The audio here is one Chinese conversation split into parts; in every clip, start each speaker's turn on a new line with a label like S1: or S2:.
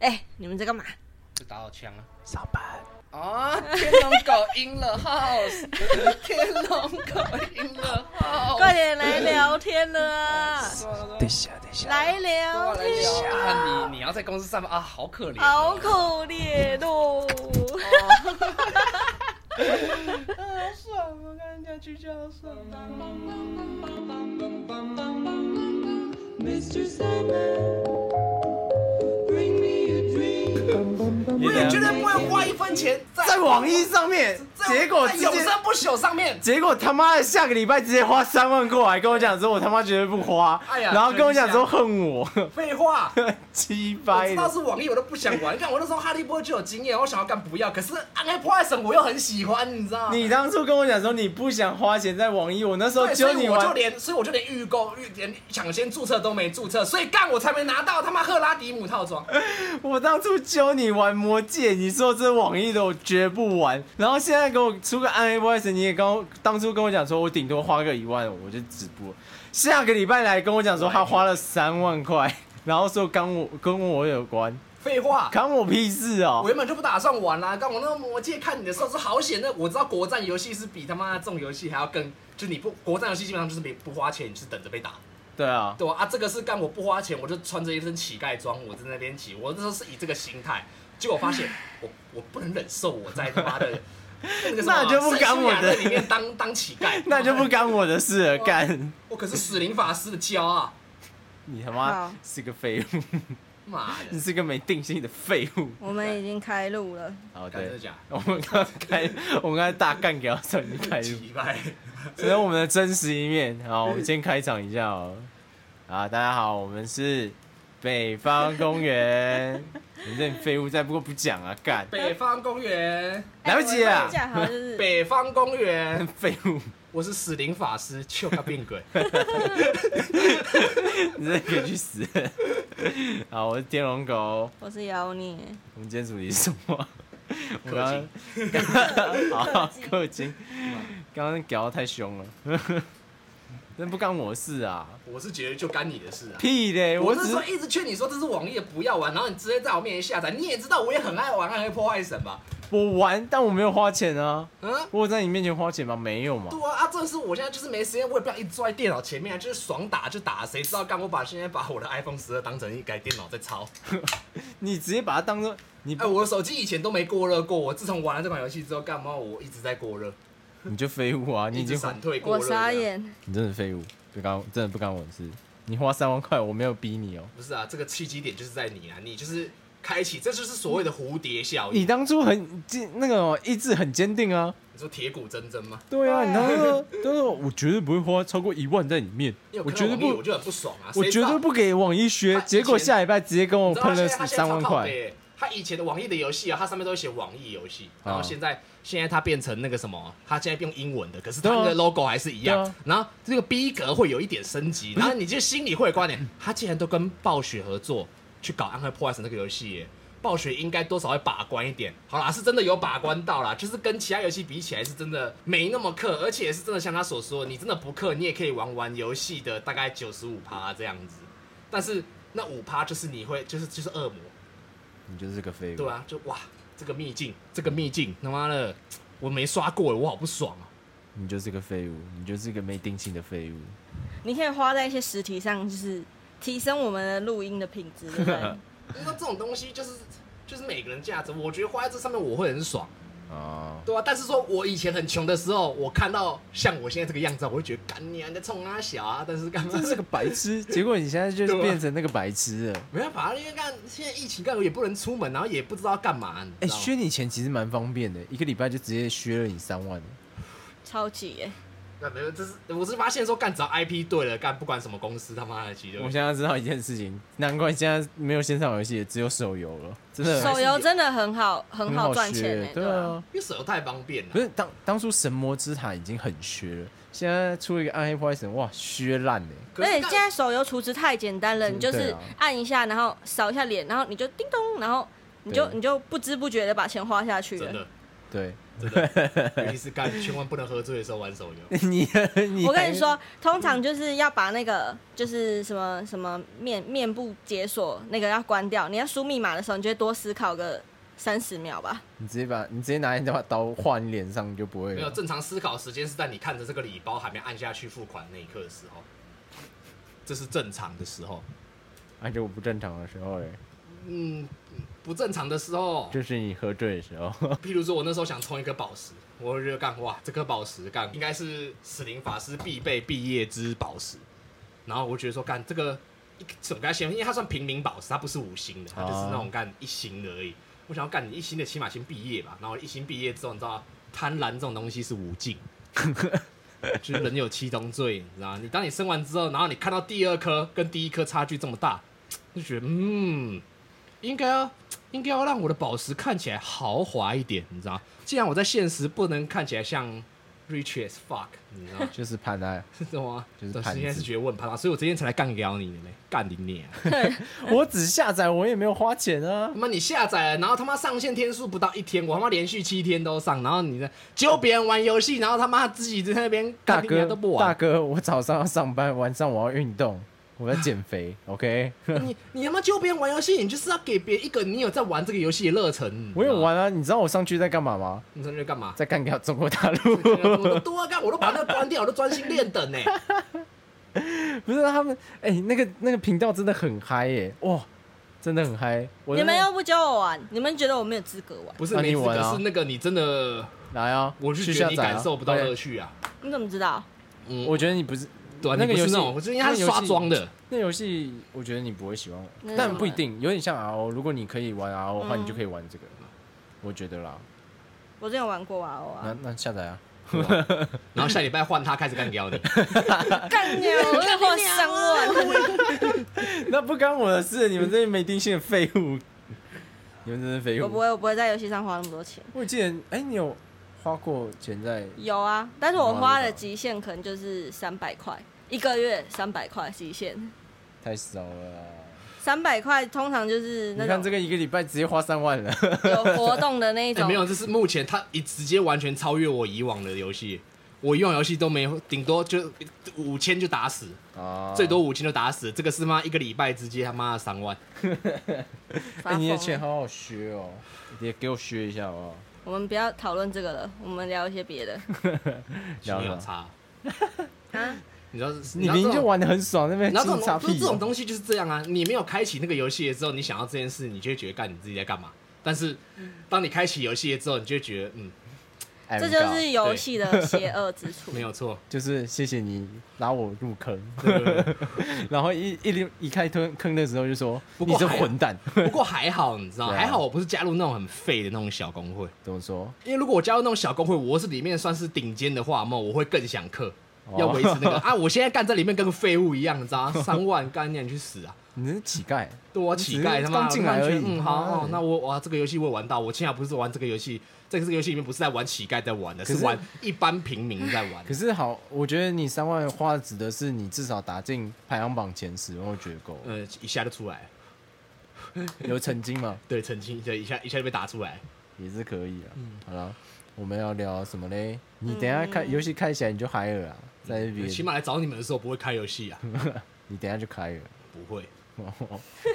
S1: 哎、你们在干嘛？
S2: 就打我枪啊！
S3: 上班。
S2: 啊！天龙狗 in the house，天龙狗 in the house，
S1: 快点来聊天了 啊！
S3: 等一下，等一下。
S1: 来
S2: 过
S1: 聊
S2: 来
S1: 天，
S2: 聊啊！你你要在公司上班啊，好可怜、
S1: 好可怜哦。
S2: 好爽啊！跟人家去就好爽啊！
S3: 我
S2: 也绝对不会花一分钱在
S3: 嗯在网易上面，结果
S2: 在
S3: 直
S2: 永
S3: 接，
S2: 生不朽上面。
S3: 结果他妈的下个礼拜直接花三万过来跟我讲说，我他妈绝对不花，
S2: 哎呀
S3: 然后跟我讲说恨我，
S2: 废话，
S3: 鸡
S2: 我
S3: 掰
S2: 知道
S3: 的。
S2: 是网易，我都不想玩。看我那时候哈利波特就有经验，我想要干不要，可是暗黑破坏神我又很喜欢，你知道吗？
S3: 你当初跟我讲说你不想花钱在网易，我那时候
S2: 对，所
S3: 揪
S2: 以
S3: 你
S2: 我就
S3: 玩，
S2: 连，所以我就连预购、预连抢先注册都没注册，所以干我才没拿到他妈赫拉迪姆套 装。
S3: 我当初揪你玩魔戒，你说这网易的我绝不玩，然后现在给我出个暗黑 voice，你也跟我当初跟我讲说我顶多花个一万，我就止步了。下个礼拜来跟我讲说他花了三万块，然后说跟我跟我有关，
S2: 废话，
S3: 关我屁事哦、
S2: 我原本就不打算玩啦、刚我那个魔戒看你的时候是好险的，我知道国战游戏是比他妈这种游戏还要更，就你不国战游戏基本上就是没不花钱，你就是等着被打。
S3: 对啊，
S2: 对啊，啊这个是干我不花钱，我就穿着一身乞丐装，我在那边骑。我那时候是以这个心态，结果我 发现我我不能忍受我在他妈的那个什么
S3: 那就不干我的
S2: 圣西亚里面当当乞丐，
S3: 那 就不干我的事了，
S2: 哇
S3: 干
S2: 我可是死灵法师的骄傲，
S3: 你他
S1: 好
S3: 妈是个废物，
S2: 妈
S3: 你
S2: 的，
S3: 是个没定性的废物。
S1: 我们已经开录了，
S3: 好，
S2: 干真的
S3: 对，
S2: 假
S3: 我们刚刚开，我们刚才大干给他上你开
S2: 的？
S3: 路，
S2: 乞丐，
S3: 这是我们的真实一面。好，我们先开场一下哦。啊，大家好，我们是北方 公园。你这废物再不过不讲啊，干
S2: 北方公园，
S3: 来不及
S1: 啊！
S3: 啊
S1: 我讲好像 就是
S2: 北方公园，
S3: 废物，
S2: 我是死灵法师，丘个病 鬼。
S3: 你这可以去死。 好，我是天龙狗。
S1: 我是妖孽，
S3: 我们今天主题是什么？ 我
S2: 氪金
S3: 刚刚 好
S1: 氪金
S3: 氪金，刚刚搞得太凶了， 那不干我事啊！
S2: 我是觉得就干你的事啊。
S3: 屁嘞！
S2: 我
S3: 我
S2: 那
S3: 只
S2: 时
S3: 是
S2: 候一直劝你说这是网页不要玩，然后你直接在我面前下载。你也知道我也很爱玩《暗黑破坏神》吧？
S3: 我玩，但我没有花钱啊！
S2: 嗯，
S3: 我有在你面前花钱吗？没有嘛
S2: 对。啊，啊，这是我现在就是没时间，我也不想一直坐在电脑前面，就是爽打就打，谁知道干我把现在把我的 iPhone 十二当成一台电脑在操。
S3: 嗯你直接把它当做你
S2: 哎、，我的手机以前都没过热过，我自从玩了这款游戏之后，干嘛我一直在过热，
S3: 你就废物啊！你
S2: 一
S3: 已
S2: 直
S3: 经
S2: 闪退过
S1: 我
S2: 热。
S1: 傻。眼，
S3: 你真的废物，不干真的不干我的事。你花三万块，我没有逼你哦。
S2: 不是啊，这个契机点就是在你啊，你就是开启，这就是所谓的蝴蝶效应。
S3: 你当初很坚那个哦意志很坚定啊。
S2: 你说铁骨铮铮吗？
S3: 对啊，
S1: 对
S3: 你当初都说我绝对不会花超过一万在里面
S2: 因为，
S3: 我
S2: 看
S3: 绝对
S2: 到网页
S3: 不
S2: 我就很不爽啊。
S3: 我
S2: 谁
S3: 绝
S2: 知道
S3: 对不给网易学，
S2: 他以前
S3: 结果下礼拜直接跟我
S2: 你知道他
S3: 喷了
S2: 现在
S3: 十
S2: 他现在
S3: 三
S2: 超
S3: 万
S2: 靠
S3: 块。
S2: 北，他以前的网易的游戏啊，它上面都会写网易游戏，然后
S3: 啊
S2: 现在、现在它变成那个什么，啊它现在用英文的，可是它
S3: 对啊
S2: 那个 logo 还是一样，
S3: 对啊
S2: 然后这个逼格会有一点升级，然后你就心里会有观点，他竟然都跟暴雪合作去搞《暗黑破坏神》这个游戏耶。暴雪应该多少会把关一点，好啦，是真的有把关到啦，就是跟其他游戏比起来是真的没那么氪，而且是真的像他所说，你真的不氪，你也可以玩玩游戏的大概九十五趴这样子。但是那五趴就是你会，就是就是恶魔，
S3: 你就是个废物。
S2: 对啊，就哇，这个秘境，这个秘境，他妈的，我没刷过，我好不爽啊！
S3: 你就是个废物，你就是个没定性的废物。
S1: 你可以花在一些实体上，就是提升我们的录音的品质，对不对？
S2: 你说这种东西就是就是每个人价值，我觉得花在这上面我会很爽，
S3: 啊，
S2: 对啊，但是说我以前很穷的时候，我看到像我现在这个样子啊，我会觉得干你啊，你在冲他小啊，但是干嘛
S3: 真？是个白痴。结果你现在就是
S2: 对啊
S3: 变成那个白痴了。
S2: 没办法，因为干现在疫情干我也不能出门，然后也不知道干嘛，你
S3: 哎，
S2: 知道吗？
S3: 削你钱其实蛮方便的，一个礼拜就直接削了你三万。
S1: 超级耶、
S2: 那没有，这是我是发现说干只要 IP 对了，干不管什么公司他妈的其实都
S3: 我现在知道一件事情，难怪现在没有线上游戏，也只有手游了，真的
S1: 手游真的很好，很
S3: 很
S1: 好
S3: 好
S1: 赚钱、
S3: 削
S1: 欸。。
S3: 对
S1: 啊，
S3: 啊，
S2: 因为手游太方便了
S3: 不。是当当初神魔之塔已经很削了，现在出一个暗黑破坏神，哇，削烂欸嘞。
S2: 可
S1: 而
S2: 是
S1: 且
S2: 干
S1: 现在手游厨子太简单了，
S3: 嗯
S1: 你就是
S3: 对啊
S1: 按一下，然后扫一下脸，然后你就叮咚，然后你就
S3: 对
S1: 你就不知不觉的把钱花下去
S2: 真
S1: 了。
S2: 的，
S3: 对，
S2: 真的，尤其是干千万不能喝醉的时候玩手游。
S3: 你你
S1: 我跟你说，通常就是要把那个就是什么什么面面部解锁那个要关掉。你要输密码的时候，你就会多思考个三十秒吧。
S3: 你直接把你直接拿一把刀划你脸上，你就不会
S2: 没有
S3: 了。
S2: 正常思考时间是在你看着这个礼包还没按下去付款那一刻的时候，这是正常的时候。
S3: 而且我啊不正常的时候嘞，欸
S2: 嗯，不正常的时候，
S3: 就是你喝醉的时 候。？
S2: 譬如说我那时候想充一颗宝石，我会觉得干哇，这颗宝石干应该是死灵法师必备毕业之宝石，然后我觉得说干这个一整个先，因为它算平民宝石，它不是五星的，它就是那种干一星的而已。我想要干你一星的，起码先毕业吧。然后一星毕业之后，你知道贪婪这种东西是无尽。就是人有七宗罪，你知道吗？你当你生完之后，然后你看到第二颗跟第一颗差距这么大，就觉得嗯，应该要应该要让我的宝石看起来豪华一点，你知道吗？既然我在现实不能看起来像 rich as fuck，你知道吗
S3: 就是啊潘安，
S2: 是懂吗？
S3: 就是
S2: 但
S3: 盘
S2: 现在
S3: 子
S2: 是觉得问他，所以我今天才来干掉你的嘞，干你你、啊！
S3: 我只下载，我也没有花钱啊
S2: 他。妈你下载了，然后他妈上线天数不到一天，我他妈连续七天都上，然后你呢揪别人玩游戏，然后他妈自己在那边
S3: 大
S2: 干你娘
S3: 哥
S2: 都不，玩
S3: 大，哥，我早上要上班，晚上我要运动，我要减 肥。OK，
S2: 你你他妈揪别人玩游戏，你就是要给别人一个你有在玩这个游戏的热忱。
S3: 我有
S2: 你知道吗，
S3: 玩啊。你知道我上去在干嘛吗？
S2: 你在那干嘛？
S3: 在干掉中国大陆。
S2: 我都多啊干，我都把那个关掉，我都专心练等呢。
S3: 不是他们，哎、那个那个频道真的很嗨耶、哇，真的很嗨。我
S1: 你
S3: 真的
S1: 们又不教我玩，你们觉得我没有资格玩？
S2: 不是
S3: 那
S2: 没
S3: 你
S2: 资
S3: 玩
S2: 格，
S3: 啊
S2: 是那个你真的，
S3: 来啊，
S2: 我是
S3: 去
S2: 觉
S3: 下
S2: 得你
S3: 载啊
S2: 感受不到
S3: 快点
S2: 乐趣啊。
S1: 你怎么知道？
S2: 嗯，
S3: 我觉得你不是
S2: 对啊，
S3: 那个
S2: 你不是
S3: 游戏
S2: 那种，我觉得因为它是刷 装的，
S3: 那游戏，我觉得你不会喜欢
S1: 那
S3: 玩，
S1: 是
S3: 但
S1: 什么
S3: 不一定，有点像 RO。如果你可以玩 RO 的话，
S1: 嗯
S3: 你就可以玩这个，我觉得啦。
S1: 我之前有玩过娃娃
S3: 那，那下载啊，
S2: 然后下礼拜换他开始干掉你。
S1: 干掉我月获三 万，
S3: 那不干我的事，你们这些没定性的废物，你们真是废
S1: 我不
S3: 物。
S1: 会，我不会在游戏上花那么多钱。
S3: 我记得，哎、你有花过钱在？
S1: 有啊，但是我花的极限可能就是三百块，一个月三百块极限。
S3: 太少了啦。
S1: 三百块通常就是
S3: 你
S1: 那
S3: 看
S1: 种
S3: 这个一个礼拜直接花三 万了，
S1: 有活动的那一
S2: 哎
S1: 种，
S2: 没有，这是目前他一直接完全超越我以往的游戏。我以往游戏都没，顶多就五千就打死，
S3: 啊
S2: 最多五千就打死。这个是妈一个礼拜直接他妈的三万，
S1: 发
S3: 哎、你的钱
S1: 疯。
S3: 好好学哦，也给我学一下哦好不好？
S1: 我们不要讨论这个了，我们聊一些别的。
S2: 你
S3: 了解
S2: 有差
S1: 啊？
S2: 你知道，
S3: 你明明就玩的很爽，那边
S2: 然后
S3: 警
S2: 这
S3: 察
S2: 种东
S3: 屁哦
S2: 这种东西就是这样啊，你没有开启那个游戏的时候，你想要这件事，你就会觉得干你自己在干嘛。但是当你开启游戏了之后，你就会觉得嗯，
S3: 哎
S1: 这
S3: 不
S1: 就
S3: 搞
S1: 是游戏的邪恶之 处。
S2: 没有错。
S3: 就是谢谢你拉我入 坑，
S2: 对对对
S3: 然后一一溜一开坑坑的时候就说
S2: 不
S3: 你
S2: 过
S3: 这
S2: 还
S3: 混蛋，
S2: 不过还好，你知道，
S3: 对啊
S2: 还好我不是加入那种很废的那种小工会，
S3: 怎么说？
S2: 因为如果我加入那种小工会，我是里面算是顶尖的话，那我会更想氪，
S3: 哦
S2: 要维持那个啊，我现在干在里面跟个废物一样，你知道， 三万干你去死啊！
S3: 你是乞丐，
S2: 对我乞
S3: 只
S2: 丐
S3: 是
S2: 他妈
S3: 刚进来而已
S2: 完全嗯，好，
S3: 妈的
S2: 好那我哇，这个游戏我也玩到，我现在不是玩这个游戏，在这个游戏里面不是在玩乞丐在玩的，
S3: 可
S2: 是
S3: 是
S2: 玩一般平民在玩
S3: 可。是好，我觉得你三万花的指的是你至少打进排行榜前十，我觉得够了。
S2: 呃，一下就出来了，
S3: 有曾经嘛，
S2: 对，澄清，对，一下一下就被打出来。
S3: 也是可以啊。
S2: 嗯
S3: 好了，我们要聊什么嘞？你等一下开游戏开起来你就嗨了啊，在那边
S2: 起码来找你们的时候不会开游戏啊，
S3: 你等一下就开了。
S2: 不会，
S3: 哦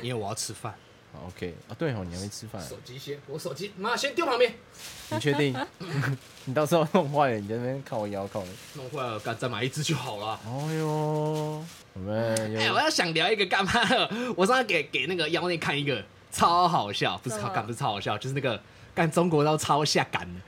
S2: 因为我要吃饭。
S3: 好 OK 啊，对哦，你还没吃饭啊，
S2: 手机先，我手机妈先丢旁边，
S3: 你确 定？你到时候弄坏了，你在那边靠腰靠。
S2: 弄坏了，干再买一只就好了。
S3: 哎呦，我们
S2: 哎、
S3: 有
S2: 我要想聊一个干嘛？我上次给给那个妖内看一个超好笑，不是
S1: 什么
S2: 干不是超好笑，就是那个干中国刀超下感的。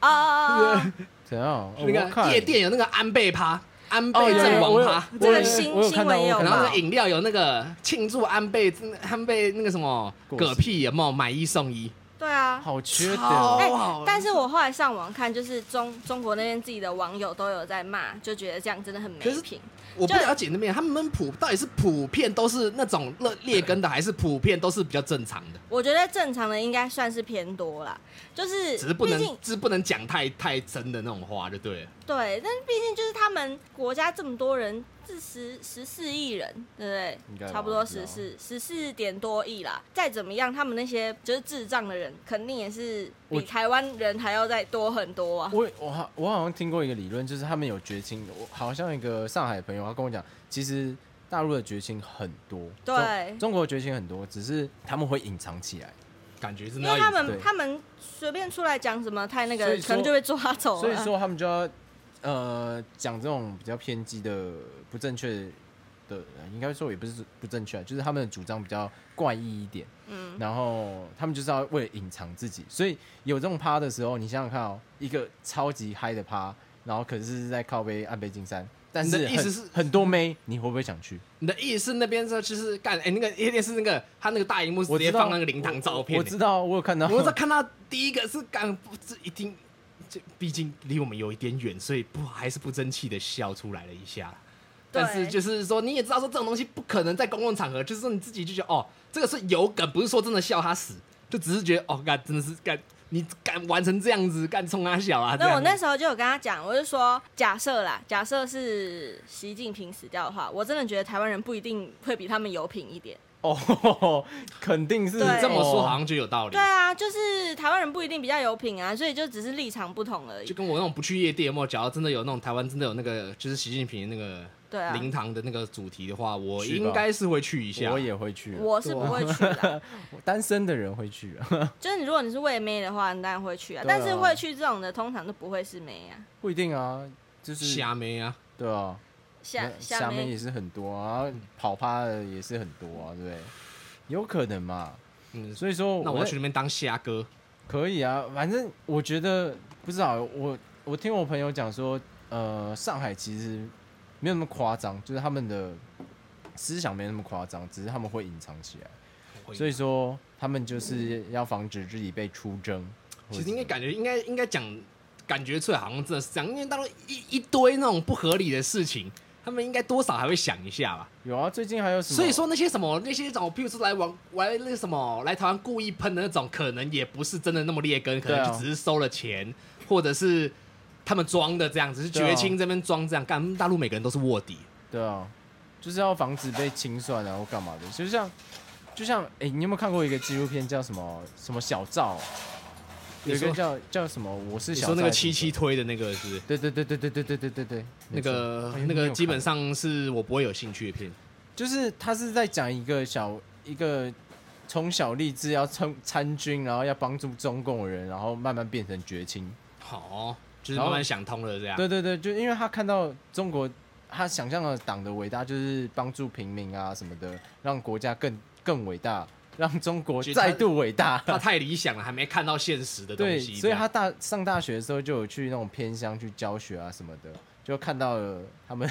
S1: 啊啊啊啊！
S3: 怎样？哦
S2: 那
S3: 我看
S2: 个夜店有那个安倍趴、安
S3: 哦，
S2: 倍
S3: 有
S2: 阵
S3: 有我
S2: 亡
S3: 有
S2: 趴，
S1: 这个
S3: 我有
S1: 新
S3: 我有看到
S1: 新闻也有
S3: 我有看
S2: 然
S3: 到
S2: 后那
S1: 吧
S2: 个饮料有那个庆祝安倍安倍那个什么
S3: 过世
S2: 嗝屁有没有买一送一？
S1: 对啊。
S3: 好缺
S2: 超
S3: 德，哦
S1: 哎、
S2: 好好
S1: 但是我后来上网看，就是中中国那边自己的网友都有在骂，就觉得这样真的很没
S2: 可是
S1: 品。
S2: 我不了解那边他们普到底是普遍都是那种劣劣根的，还是普遍都是比较正常的？
S1: 我觉得正常的应该算是偏多啦，就是
S2: 只是不
S1: 毕
S2: 能
S1: 竟
S2: 只是不能讲太太真的那种话就对了。
S1: 对，但毕竟就是他们国家这么多人，至十十四亿人，对
S3: 应
S1: 不对？
S3: 该吧
S1: 差不多
S3: 我不知
S1: 十
S3: 道
S1: 四十四点多亿啦。再怎么样，他们那些就是智障的人，肯定也是
S3: 我
S1: 比台湾人还要再多很多啊。
S3: 我我好我好像听过一个理论，就是他们有绝亲，我好像一个上海朋友他跟我讲，其实大陆的绝亲很多，
S1: 对
S3: 中中国的绝亲很多，只是他们会隐藏起来，
S2: 感觉真
S1: 因
S2: 的要
S1: 为他
S2: 隐
S1: 们
S3: 对
S1: 他们随便出来讲什么太那
S3: 所
S1: 个，
S3: 以说
S1: 可能就被抓走了。啊
S3: 所以说他们就要呃讲这种比较偏激的不正确的，呃应该说也不是不正确啊，就是他们的主张比较怪异一点，
S1: 嗯，
S3: 然后他们就是要为了隐藏自己，所以有这种趴的时候，你想想看哦，一个超级嗨的趴，然后可是是在靠背岸背金山，但
S2: 你
S3: 是
S2: 的意
S3: 很
S2: 思是
S3: 很多妹，你会不会想去？
S2: 你的意思是那边是就是干哎、那个夜店是那个他那个大荧幕是
S3: 我
S2: 直
S3: 知
S2: 接
S3: 道
S2: 放那个灵堂照片、欸
S3: 我，我知道，我有看到，
S2: 我在看到第一个是干不这一定这毕竟离我们有一点远，所以不还是不争气的笑出来了一下。
S1: 对
S2: 但是就是说，你也知道说这种东西不可能在公共场合，就是说你自己就觉得哦，这个是有梗，不是说真的笑他死，就只是觉得哦，干真的是干你敢玩成这样子，干冲他笑啊！这
S1: 那
S2: 样
S1: 我那时候就有跟他讲，我就说假设啦，假设是习近平死掉的话，我真的觉得台湾人不一定会比他们有品一点。
S3: 哦， 肯定是
S1: 对
S2: 你这么说好
S3: 哦
S2: 像就有道理
S1: 对，啊，就是台湾人不一定比较有品啊，所以就只是立场不同而
S2: 就
S1: 已。
S2: 跟我那种不去夜店，有没有？假如真的有那种台湾真的有那个就是习近平那个
S1: 对啊
S2: 灵堂的那个主题的话，我
S3: 去吧
S2: 应该是啊会去一下。
S3: 我也会去，
S1: 我是不会去的，
S3: 单身的人会去， 啊
S1: 就是如果你是为妹的话，你当然会去啊。
S3: 对啊
S1: 但是会去这种的，通常都不会是妹啊。
S3: 不一定啊，就是
S2: 瞎妹啊，
S3: 对啊，
S1: 下
S3: 那
S1: 下
S3: 下面
S1: 妹
S3: 也是很多啊，跑趴的也是很多啊，对不对？有可能嘛，
S2: 嗯，
S3: 所以说
S2: 那我要
S3: 在
S2: 去那边当虾哥，
S3: 可以啊，反正我觉得不知道，我我听我朋友讲说，呃，上海其实没有那么夸张，就是他们的思想没那么夸张，只是他们会隐藏起来。所以说他们就是要防止自己被出征。
S2: 其实应该
S3: 感
S2: 感觉应该应该讲，感觉出来好像真的是这样，因为大陆一一堆那种不合理的事情，他们应该多少还会想一下吧。
S3: 有啊，最近还有什么？
S2: 所以说那些什么那些什么，譬如说来玩玩那个什么来台湾故意喷的那种，可能也不是真的那么劣根，可
S3: 对
S2: 能
S3: 啊
S2: 就只是收了钱，或者是他们装的这样，只是
S3: 对啊
S2: 绝亲这边装这样。干，大陆每个人都是卧底，
S3: 对啊，就是要防止被清算啊，然后干嘛的？就像就像哎、诶你有没有看过一个纪录片叫什么什么小赵？有一
S2: 你
S3: 个
S2: 说
S3: 叫叫什么？我是
S2: 你
S3: 小
S2: 说那个
S3: 赵
S2: 七七？推的那个是不是
S3: 对对对对对对对对对对，
S2: 那个
S3: 没错哎
S2: 那
S3: 你有
S2: 个
S3: 看
S2: 基本上是我不会有兴趣的片。
S3: 就是他是在讲一个小一个从小立志要参参军，然后要帮助中共的人，然后慢慢变成绝亲。
S2: 好、就是
S3: 然后
S2: 慢慢想通了这样。
S3: 对对对，就因为他看到中国，他想象的党的伟大就是帮助平民啊什么的，让国家更更伟大，让中国
S2: 其实他
S3: 再度伟大。
S2: 他太理想了，还没看到现实的东
S3: 对，
S2: 西。
S3: 所以
S2: 这样
S3: 他大上大学的时候就有去那种偏乡去教学啊什么的，就看到了他们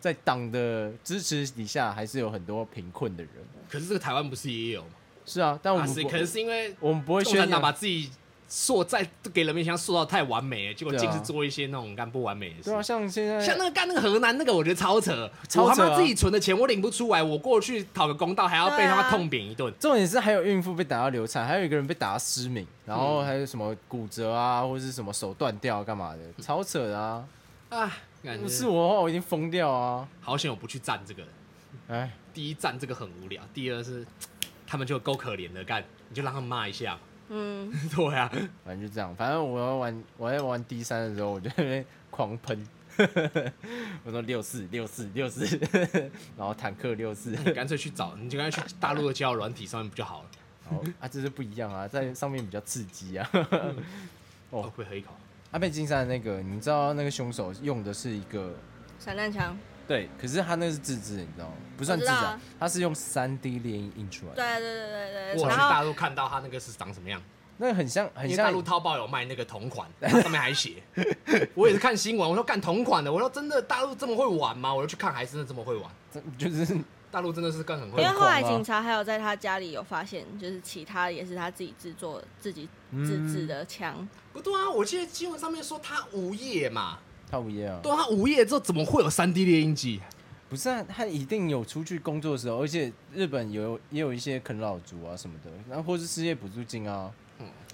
S3: 在党的支持底下，还是有很多贫困的人。
S2: 可是这个台湾不是也有吗？
S3: 是啊，但我
S2: 啊，
S3: 们
S2: 是
S3: 不、
S2: 可能是因为
S3: 我们不会
S2: 共产
S3: 宣
S2: 党把
S3: 扬。
S2: 自己塑在给人民想塑造太完美了，结果
S3: 对啊
S2: 竟是做一些那种干不完美的事。
S3: 对啊，像现在
S2: 像那个干那个河南那个，我觉得超扯，
S3: 超扯啊
S2: 我他妈自己存的钱我领不出来，我过去讨个公道还要被
S1: 对
S2: 他妈
S1: 啊
S2: 痛扁一顿。
S3: 重点是还有孕妇被打到流产，还有一个人被打到失明，然后还有什么骨折啊，或是什么手断掉啊干嘛的，超扯的啊！
S2: 啊，感觉
S3: 不是我的话，我一定疯掉啊！
S2: 好险我不去站这个。
S3: 哎，
S2: 第一站这个很无聊，第二是他们就够可怜的，干你就让他们骂 一下嘛。
S1: 嗯，
S2: 对啊，
S3: 反正就这样，反正我要玩，我在玩 D 三的时候，我就在那边狂 喷，我说六四六四六四， 然后坦克六四，
S2: 你干脆去找，你就干脆去大陆的交友软体上面不就好了？
S3: 好啊，这是不一样啊，在上面比较刺激啊。哦
S2: 哦，会不会喝一口？
S3: 阿贝金山的那个，你知道那个凶手用的是一个
S1: 散弹枪，
S3: 对，可是他那个是自制，你知道吗？不算自制
S1: 我知道
S3: 啊
S1: 啊，
S3: 他是用三 D 猎鹰印出来的，
S1: 对对对对对，
S2: 我去
S1: 然后
S2: 大陆看到他那个是长什么样，
S3: 那个很像，很
S2: 因为大陆
S3: 像。
S2: 淘宝有卖那个同款，它上面还写。我也是看新闻，我说干同款的，我说真的大陆这么会玩吗？我就去看，还真的这么会玩。
S3: 就是
S2: 大陆真的是干很
S1: 因
S2: 会
S1: 为
S2: 玩，
S1: 后来
S3: 很狂啊
S1: 警察还有在他家里有发现，就是其他也是他自己制作、自己自制的枪。
S2: 不对啊！我记得新闻上面说他无业嘛，
S3: 他午夜啊，
S2: 对啊，他无业之后怎么会有三 D 猎鹰机？
S3: 不是啊，他一定有出去工作的时候，而且日本有也有一些啃老族啊什么的，然后或是失业补助金啊，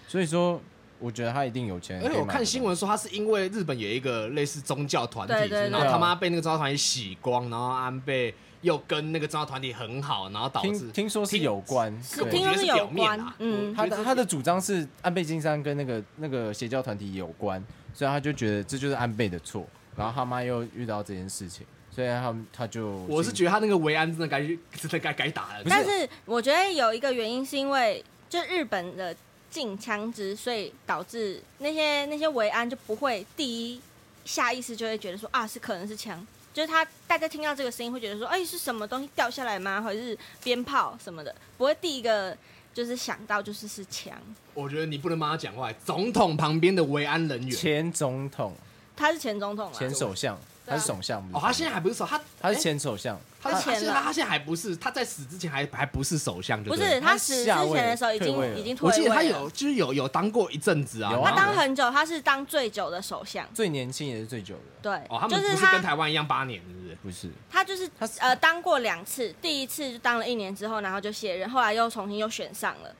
S3: 所以说我觉得他一定有钱。
S2: 而嗯哎且我看新，闻说，他是因为日本有一个类似宗教团体，
S1: 对对
S2: 然后
S3: 对
S2: 他妈被那个宗教团体洗光，然后安倍又跟那个宗教团体很好，然后导致
S3: 听听说是有关，
S1: 是
S2: 我
S3: 对
S2: 觉
S1: 听
S2: 得
S1: 说
S2: 是
S1: 是
S2: 表
S1: 有
S2: 面啊
S1: 关
S2: 啦，
S1: 嗯，
S3: 他的他的主张是安倍晋三跟那个那个邪教团体有关，所以他就觉得这就是安倍的错，然后他妈又遇到这件事情，所以他们他就
S2: 我是觉得他那个维安真的该真的该该打了，
S1: 但是我觉得有一个原因是因为就日本的禁枪支，所以导致那些那些维安就不会第一下意识就会觉得说啊是可能是枪，就是他大家听到这个声音会觉得说哎、是什么东西掉下来吗？或者哦是鞭炮什么的，不会第一个就是想到就是是枪，
S2: 我觉得你不能帮他讲话。总统旁边的维安人员，
S3: 前总统、
S1: 他是前总统啊，
S3: 前首相，
S1: 对啊
S3: 他是首相，不是
S2: 哦，他现在还不是首，他
S3: 他是
S2: 哎
S3: 前首相，
S2: 他
S1: 他
S2: 他
S1: 前
S2: 现在
S1: 了
S2: 他现在还不是，他在死之前还还不是首相，就
S1: 不
S2: 对
S1: 是
S2: 了
S1: 他死之前的时候已
S3: 退位了
S1: 经已经退
S2: 我记
S1: 位
S2: 得
S1: 了，
S2: 他有就是有有当过一阵子啊，
S3: 有啊
S1: 他当很久，他是当最久的首相，
S3: 最年轻也是最久的，
S1: 对，
S2: 哦，他
S1: 就
S2: 们不是
S1: 他
S2: 跟台湾一样八年，是不是？
S3: 不是？
S1: 他就是
S3: 他是
S1: 呃当过两次，第一次就当了一年之后，然后就卸任，后来又重新又选上了。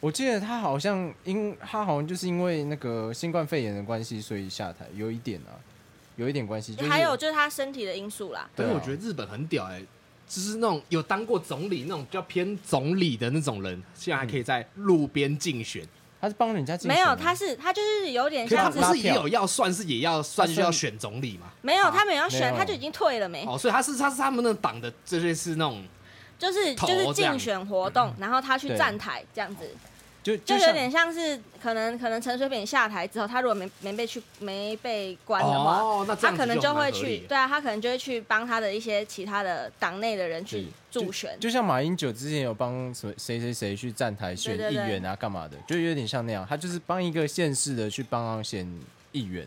S3: 我记得他好像因他好像就是因为那个新冠肺炎的关系，所以下台，有一点啊，有一点关系，就是
S1: 还有就是他身体的因素啦，
S3: 对
S2: 但
S3: 啊
S2: 是我觉得日本很屌哎、就是那种有当过总理那种比较偏总理的那种人，竟然还可以在路边竞选，
S3: 他是帮人家竞啊选
S1: 没
S3: 的
S1: 有，他是他就是有点
S2: 可是他
S1: 像是
S2: 不是也有要算是也要算
S3: 他算
S2: 是要选总理嘛？
S1: 没有他没有
S3: 没
S1: 选，
S3: 有
S1: 他就已经退了没，
S2: 哦，所以他是他是他们那党的这些是那种
S1: 就是
S2: 投
S1: 就是
S2: 这样
S1: 竞
S2: 嗯
S1: 选活动，然后他去
S3: 对
S1: 站台这样子，
S3: 就
S1: 就
S3: 就
S1: 有
S3: 像
S1: 点像是可能可能陈水扁下台之后，他如果没没被去没被关的话。
S2: 哦，那这
S1: 他
S2: 样子
S1: 可能
S2: 就
S1: 就
S2: 蛮
S1: 会
S2: 合理
S1: 去，
S2: 的
S1: 对啊，他可能就会去帮他的一些其他的党内的人去
S3: 对
S1: 助选
S3: 就，就像马英九之前有帮什么谁谁谁去站台选
S1: 对对
S3: 议
S1: 对
S3: 员啊，干嘛的，就有点像那样，他就是帮一个县市的去帮他选议员，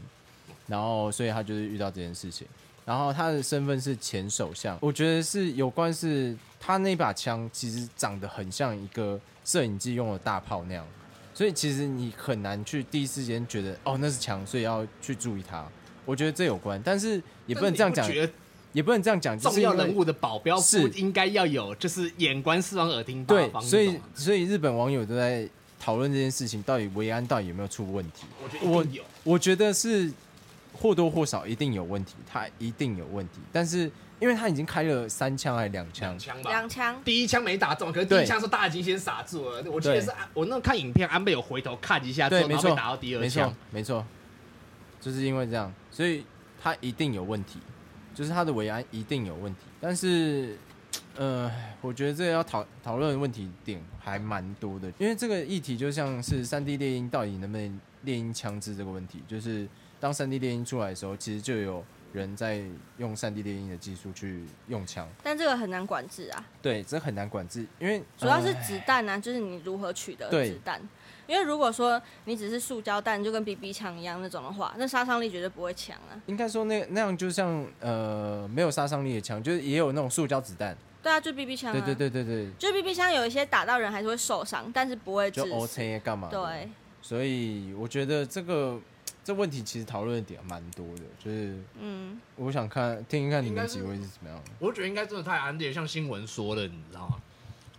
S3: 然后所以他就是遇到这件事情，然后他的身份是前首相，我觉得是有关是他那把枪其实长得很像一个摄影机用的大炮那样，所以其实你很难去第一时间觉得哦那是枪，所以要去注意它。我觉得这有关，但是也不能这样讲
S2: 但，是你不觉得
S3: 也不能这样讲。就是
S2: 重
S3: 因
S2: 要
S3: 为
S2: 人物的保镖
S3: 是
S2: 不应该要有就是眼观四方耳听八
S3: 对
S2: 方那种，啊，
S3: 所以所以日本网友都在讨论这件事情，到底维安到底有没有出问题？
S2: 我觉得
S3: 我
S2: 一定有。
S3: 我觉得是或多或少一定有问题，他一定有问题，但是因为他已经开了三枪还是两枪
S2: 两，枪吧，
S1: 两枪
S2: 第一枪没打中，可是第一
S3: 对
S2: 枪的时候大家已经先傻住了。我记得
S3: 对
S2: 是安我那种看影片，安倍有回头看一下之
S3: 对，
S2: 后，
S3: 没
S2: 然后被
S3: 错
S2: 打到，第二
S3: 没
S2: 枪
S3: 错。，没错，就是因为这样，所以他一定有问题，就是他的维安一定有问题，但是。呃，我觉得这要讨讨论的问题点还蛮多的，因为这个议题就像是三 D 猎鹰到底能不能猎鹰枪支这个问题，就是当三 D 猎鹰出来的时候，其实就有人在用三 D 猎鹰的技术去用枪，
S1: 但这个很难管制啊。
S3: 对，这很难管制，因为
S1: 主要是
S3: 呃
S1: 子弹啊，就是你如何取得
S3: 对
S1: 子弹。因为如果说你只是塑胶弹，就跟 BB 枪一样那种的话，那杀伤力绝对不会强啊。
S3: 应该说那那样就像呃没有杀伤力的枪，就是也有那种塑胶子弹，
S1: 对啊，就 BB 枪、啊。
S3: 对对。对对对，
S1: 就 BB 枪有一些打到人还是会受伤，但是不会致
S3: 就 O
S1: 死。
S3: C 干嘛？
S1: 对，，
S3: 所以我觉得这个这问题其实讨论的点蛮多的，就是
S1: 嗯，
S3: 我想看听听看你
S2: 应
S3: 们
S2: 该是
S3: 几位是怎么样的。
S2: 我觉得应该真的太安利，像新闻说的，你知道吗？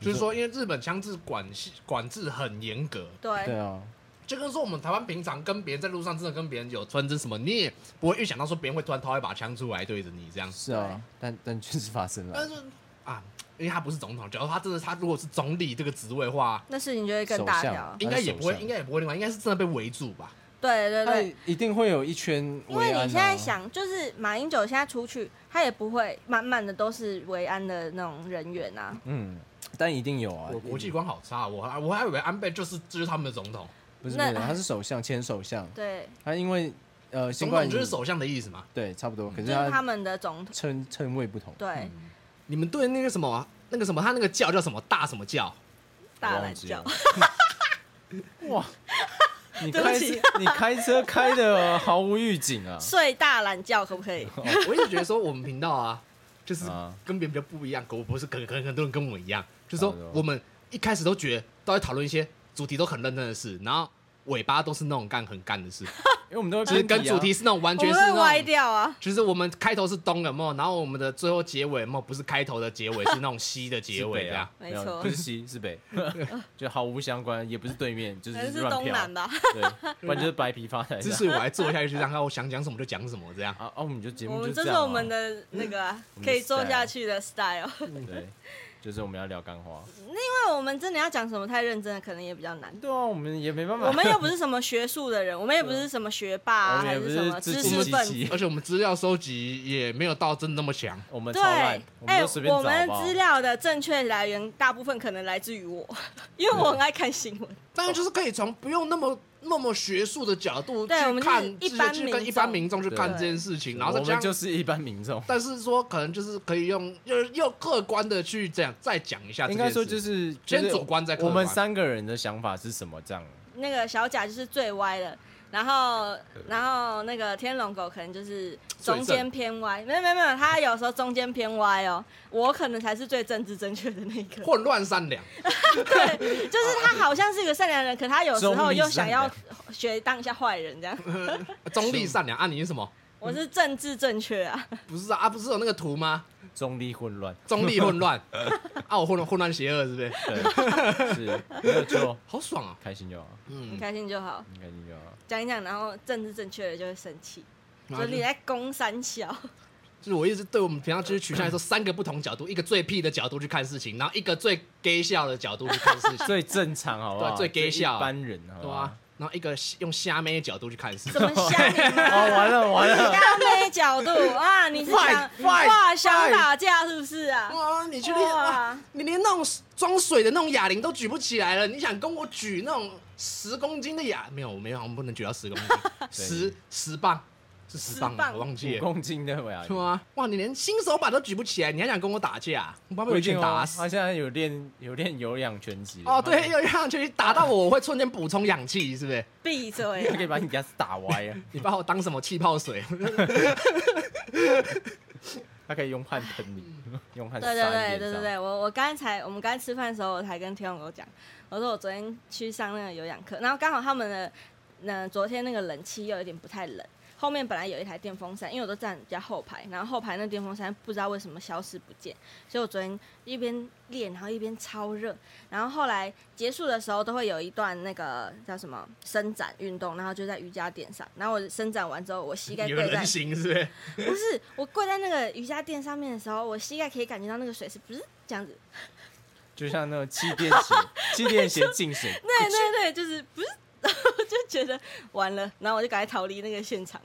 S2: 就是说，因为日本枪支管系管制很严格，
S1: 对。
S3: 对啊，
S2: 就跟说我们台湾平常跟别人在路上真的跟别人有纷争什么，你也不会预想到说别人会突然掏一把枪出来对着你这样。
S3: 是啊，但但确实发生了，
S2: 但是啊，因为他不是总统，假如他真的他如果是总理这个职位的话，
S1: 那事情就会更大
S3: 首
S1: 条
S3: 相。
S2: 应该也不
S3: 他是首，
S2: 会
S3: 相
S2: 应该也不会另外，应该是真的被围住吧？
S1: 对对
S3: 他
S1: 对。
S3: 一定会有一圈
S1: 因为
S3: 维
S1: 你
S3: 安啊
S1: 现在，想，就是马英九现在出去，他也不会满满的都是维安的那种人员啊。
S3: 嗯，但一定有啊
S2: 我，国际观好差，我还我还以为安倍就是就是他们的总统，
S3: 不是不
S1: 那
S3: 是，他是首相前首相，
S1: 对，
S3: 他因为呃新
S2: 总
S3: 冠
S2: 统就是首相的意思嘛。
S3: 对差不多，可
S1: 嗯就是是他
S3: 他嗯
S1: 们的总统。
S3: 称称谓不同，
S1: 对，
S2: 你们对那个什么啊那个什么他那个教叫什么大什么 教？
S1: 大
S3: 我
S1: 懒
S3: 忘记
S1: 觉
S3: 了。 哇，你
S1: 对不
S3: 开
S1: 起
S3: 车你开车开的毫无预警啊！
S1: 睡大懒觉可不可以？
S2: 哦我一直觉得说我们频道啊，就是
S3: 啊
S2: 跟别人比较不一样，我不是可能可能很多人跟我们一样，就是说
S3: 差不多
S2: 我们一开始都觉得都在讨论一些主题都很认真的事，然后尾巴都是那种干很干的事，
S3: 因为我们都会
S2: 就是
S3: 偏
S2: 跟
S3: 题啊
S2: 主题是那种完
S1: 我
S2: 全
S1: 们
S2: 是
S1: 会
S2: 那
S1: 歪
S2: 种，
S1: 掉啊。
S2: 就是我们开头是东有没有？然后我们的最后结尾有没有？不是开头的结尾，是那种西的 结
S3: 是
S2: 尾
S3: 北
S2: 这样
S3: 啊。，
S1: 没错
S3: 有不是西 是北，就毫无相关，也不是对面，就
S1: 可能是
S3: 乱
S1: 东
S3: 飘
S1: 南，啊吧，
S3: 对，不然就是白皮发财这
S2: 之
S3: 样。
S2: 所以我还做下去，就让他我想讲什么就讲什么 这样。
S3: 啊啊，我们就节
S1: 我
S3: 目
S1: 们
S3: 就
S1: 这是
S3: 这样啊嗯
S1: 我们的那个啊
S3: 我们的
S1: 可以做
S3: style
S1: 下去的 style，
S3: 对，就是我们要聊干话。
S1: 因为我们真的要讲什么太认真的，可能也比较难。
S3: 对啊，我们也没办法，
S1: 我们又不是什么学术的人，我们也不是什么学霸啊，
S3: 我们
S1: 还
S3: 也不
S1: 什么
S3: 自
S1: 知
S3: 己
S1: 识分子。
S3: 集，
S2: 而且我们资料收集也没有到真的那么强，
S3: 我们超
S1: 对，
S3: 烂，我们
S1: 哎
S3: 就随便
S1: 我
S3: 找吧
S1: 们。的资料的正确来源大部分可能来自于我， 因为我很爱看新闻。
S2: 当然就是可以从不用那么那么学术的角度去
S1: 对我们就是
S2: 看，
S1: 一般
S2: 去
S1: 民
S2: 跟
S1: 众
S2: 一般民众去看
S1: 对
S2: 这件事情，然后
S3: 我
S2: 再
S3: 们
S2: 加上
S3: 就是一般民众，
S2: 但是说可能就是可以用又又客观的去这样再讲一下这
S3: 应
S2: 件
S3: 该
S2: 事，
S3: 说就是
S2: 先
S3: 就是
S2: 主观再客
S3: 我
S2: 观
S3: 们三个人的想法是什么这样？
S1: 那个小贾就是最歪的，然后然后那个天龙狗可能就是中间偏歪，没有没有没有，他有时候中间偏歪哦，我可能才是最政治正确的那一个，
S2: 混乱善良，
S1: 就是他好像是个善良人，可他有时候又想要
S3: 中
S1: 学当一下坏人这样。
S2: 中立善良啊！你是什么？
S1: 我是政治正确啊，
S2: 不是啊，啊不是有那个图吗？
S3: 中立混乱，
S2: 中立混乱 啊，我混乱混乱邪恶是不是？
S3: 对，是没有错，
S2: 好爽啊！
S3: 开心就好，
S1: 你
S2: 嗯，
S1: 开心就好。
S3: 你开心就好。
S1: 讲一讲，然后政治正确的就会生气，
S2: 然
S1: 所
S2: 后
S1: 以
S2: 就
S1: 你在攻三小，
S2: 就是我一直对我们平常就是取向来说，三个不同角度，一个最屁的角度去看事情，然后一个最 gay 笑的角度去看 事情，
S1: 啊
S3: 最正常好不好？
S2: 对最 gay 笑
S3: 一般人好不
S2: 对
S3: 好？
S2: 啊，然后一个用虾妹的角度去看事
S1: 怎
S2: 情，
S1: 么吓你
S3: 哦，
S1: 们？
S3: 完了 完了，
S1: 大妹角度啊，你是
S2: Fight,
S1: 想
S2: fight,
S1: 哇想打架是不是啊？
S2: 哇，你去练
S1: 哇
S2: 哇，你连那种装水的那种哑铃都举不起来了，你想跟我举那种十公斤的哑？没有，没有，我们不能举到十公 斤，十十磅是十磅
S1: 十
S2: 啊，
S1: 磅
S2: 我忘记
S3: 五
S2: 了。
S3: 公斤的我呀，
S2: 对啊，哇！你连新手版都举不起来，你还想跟我打架？我把你一
S1: 哦
S2: 拳打死
S3: 他！现在有练有练有氧拳击
S2: 哦，对，，又让去打到我，我会瞬间补充氧气，是不 是？
S1: 闭嘴
S3: 他！可以把你给他打 歪啊，
S2: 你把我当什么气泡水？
S3: 他可以用汗喷 你，用汗
S1: 对
S3: 撒
S1: 对
S3: 你
S1: 对
S3: 脸
S1: 对
S3: 上
S1: 对对，我我刚才我们刚才吃饭的时候，我才跟天龙狗讲，我说我昨天去上那个有氧课，然后刚好他们的那昨天那个冷气又有点不太冷，后面本来有一台电风扇，因为我都站比较后排，然后后排那电风扇不知道为什么消失不见，所以我昨天一边练，然后一边超热，然后后来结束的时候都会有一段那个叫什么伸展运动，然后就在瑜伽垫上，然后我伸展完之后，我膝盖
S2: 有
S1: 跪在
S2: 人形是不是？
S1: 不是，我跪在那个瑜伽垫上面的时候，我膝盖可以感觉到那个水是不是这样子？
S3: 就像那种气垫鞋，气垫鞋进水，
S1: 对对对，就是不是，我就觉得完了，然后我就赶快逃离那个现场。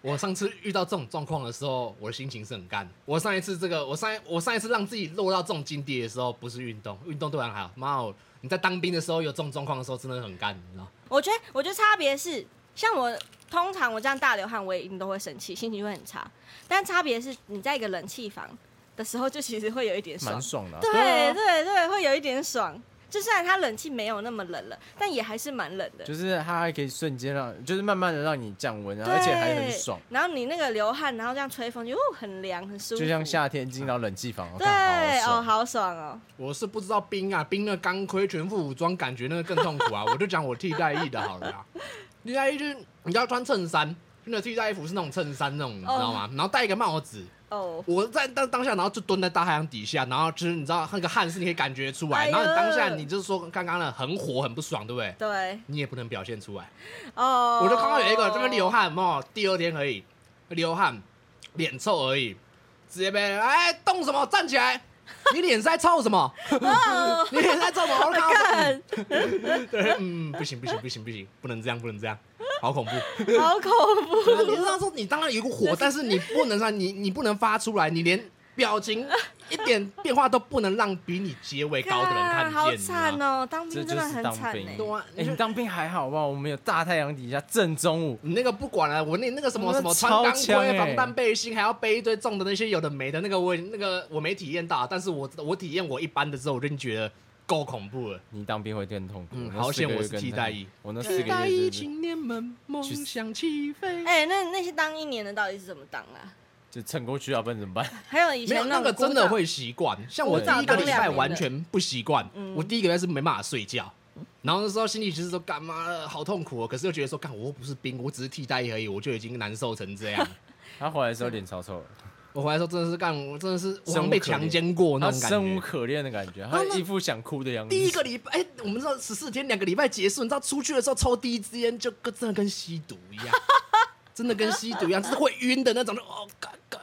S2: 我上次遇到这种状况的时候，我的心情是很干。我上一次这个，我上一我上一次让自己落到这种境地的时候，不是运动，运动对我还好。妈哦，你在当兵的时候有这种状况的时候，真的很干，你知道？
S1: 我觉得，我觉得差别是，像我通常我这样大流汗，我也一定都会生气，心情会很差。但差别是你在一个冷气房的时候，就其实会有一点爽
S3: 蛮，爽的啊。
S1: 对
S3: 啊，
S1: 对对，会有一点爽。就虽然它冷气没有那么冷了，但也还是蛮冷的。
S3: 就是它还可以瞬间让，就是慢慢的让你降温啊，
S1: 对
S3: 而且还很爽，。
S1: 然后你那个流汗，然后这样吹风就，哦很凉，很舒服。
S3: 就像夏天进到冷气房，我
S1: 对
S3: 看好
S1: 哦，
S3: 爽。
S1: 好爽哦。
S2: 我是不知道兵啊，兵那钢盔全副武装，感觉那个更痛苦啊。 我就讲我替代役的好了啦，替代役就是你要穿衬衫，那替代衣服是那种衬衫那种，你知道吗？然后戴一个帽子，
S1: 哦，
S2: 我在当当下，然后就蹲在大太阳底下，然后就是你知道那个汗是你可以感觉出
S1: 哎
S2: 来，
S1: 呦
S2: 然后你当下你就是说刚刚的很火很不爽，对不对？
S1: 对，
S2: 你也不能表现出来。
S1: 哦，
S2: 我就看到有一个这边流，汗嘛，第二天而已，流汗，脸臭而已，直接被哎动什么站起来，你脸是在臭什么？
S1: 哦，
S2: 你脸是在臭什么？我就看
S1: 看，
S2: 到对，嗯， 不行不行不行不行，不能这样不能这样，好恐怖。
S1: 好恐 怖。
S2: 你知道说你当然有一股火，但是你不能让你你不能发出来，你连表情一点变化都不能让比你结尾高 的人看
S1: 看
S2: 见，
S1: 啊好
S2: 你知道
S1: 惨
S2: 吗
S1: 哦！当
S3: 这
S1: 兵
S3: 就
S1: 真的
S3: 是
S1: 很
S3: 当
S1: 惨欸呢
S3: 兵。。
S2: 对啊
S3: 哎，你当兵还好吧？我们有大太阳底下正中午，
S2: 你那个不管了、我那那个什么
S3: 那
S2: 什么穿
S3: 超
S2: 钢
S3: 强欸
S2: 盔、防弹背心，还要背一堆重的那些有的没的，那个我也那个我没体验到，但是我我体验我一般的之后，我就觉得够恐怖了。
S3: 你当兵会更痛苦。
S2: 嗯
S3: 那
S2: 好
S3: 四个
S2: 险我
S3: 月
S2: 是
S3: 更
S2: 替
S3: 痛
S2: 代
S3: 苦
S2: 役
S3: 我那四
S2: 替
S3: 个
S2: 代
S3: 月
S2: 役
S3: 真的
S2: 青年们，梦
S3: 去死
S2: 想起飞。
S1: 哎，那那些当一年的到底是怎么当啊？
S3: 就撑过去啊，不然 怎么办？
S1: 还有以
S2: 没有
S1: 前
S2: 那个
S1: 种
S2: 真的会习惯，像我
S1: 鼓
S2: 第
S1: 掌
S2: 一个礼
S1: 当两
S2: 拜
S1: 年的
S2: 完全不习惯
S1: 嗯，
S2: 我第一个礼拜是没办法睡觉，然后那时候心里其实说干嘛好痛苦哦，可是又觉得说干我又不是兵，我只是替代役而已，我就已经难受成这 样。
S3: 他回来的时候脸超臭的，
S2: 我回来的时候真的是干，我真的是
S3: 生无
S2: 我好像被
S3: 可恋
S2: 强奸过那
S3: 他
S2: 种感
S3: 生无
S2: 觉。
S3: 可恋的感觉，
S1: 啊
S2: 后
S3: 他
S2: 呢
S3: 一副想哭的样子。
S2: 第一个礼拜，哎、我们知道十四天，两个礼拜结束，你知道出去的时候抽第一支烟就跟真的跟吸毒一 样，真的跟吸毒一样，就是会晕的那种，就哦，干干。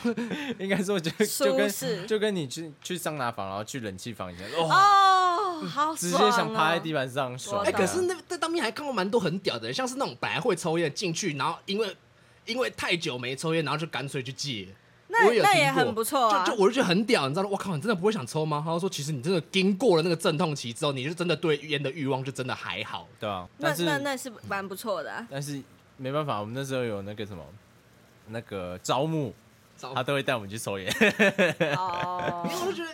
S3: 应该说就就
S1: 舒适
S3: 跟就跟你去去桑拿房，然后去冷气房一样，哦，
S1: 哦，
S2: 啊
S1: 好爽、哦，
S3: 直接想趴在地板上爽。啊
S1: 我
S2: 哎、
S1: 懂
S2: 可是那在当面还看过蛮多很屌的人，像是那种本来会抽烟进去，然后因为因为太久没抽烟，然后就干脆去戒。
S1: 那
S2: 我也有
S1: 那
S2: 听
S1: 也
S2: 过
S1: 很不错啊
S2: 就就我就觉得很屌，你知道吗？我靠，你真的不会想抽吗？他说，其实你真的经过了那个阵痛期之后，你就真的对烟的欲望就真的还好。
S3: 对啊，
S1: 那
S3: 但是
S1: 那那是蛮不错的啊、
S3: 但是没办法，我们那时候有那个什么那个招募，
S2: 糟
S3: 他都会带我们去抽烟。
S2: 因为我
S1: 哦
S2: 就，觉得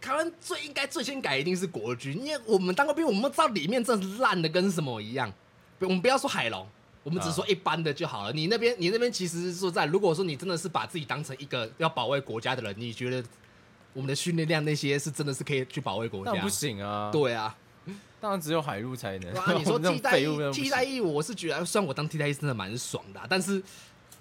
S2: 台湾最应该最先改一定是国军，因为我们当过兵，我们知道里面真的是烂的跟什么一样。不我们不要说海龙，我们只
S3: 啊
S2: 说一般的就好了。你那边你那边其实说实在，如果说你真的是把自己当成一个要保卫国家的人，你觉得我们的训练量那些是真的是可以去保卫国
S3: 当
S2: 家
S3: 然不？行啊，
S2: 对啊，
S3: 当然只有海陆才能。
S2: 哇！你
S3: 我
S2: 说
S3: 们这种
S2: 替代
S3: 废物真的
S2: 役，
S3: 不行啊
S2: 替代役，我是觉得，虽然我当替代役真的蛮爽的啊、但是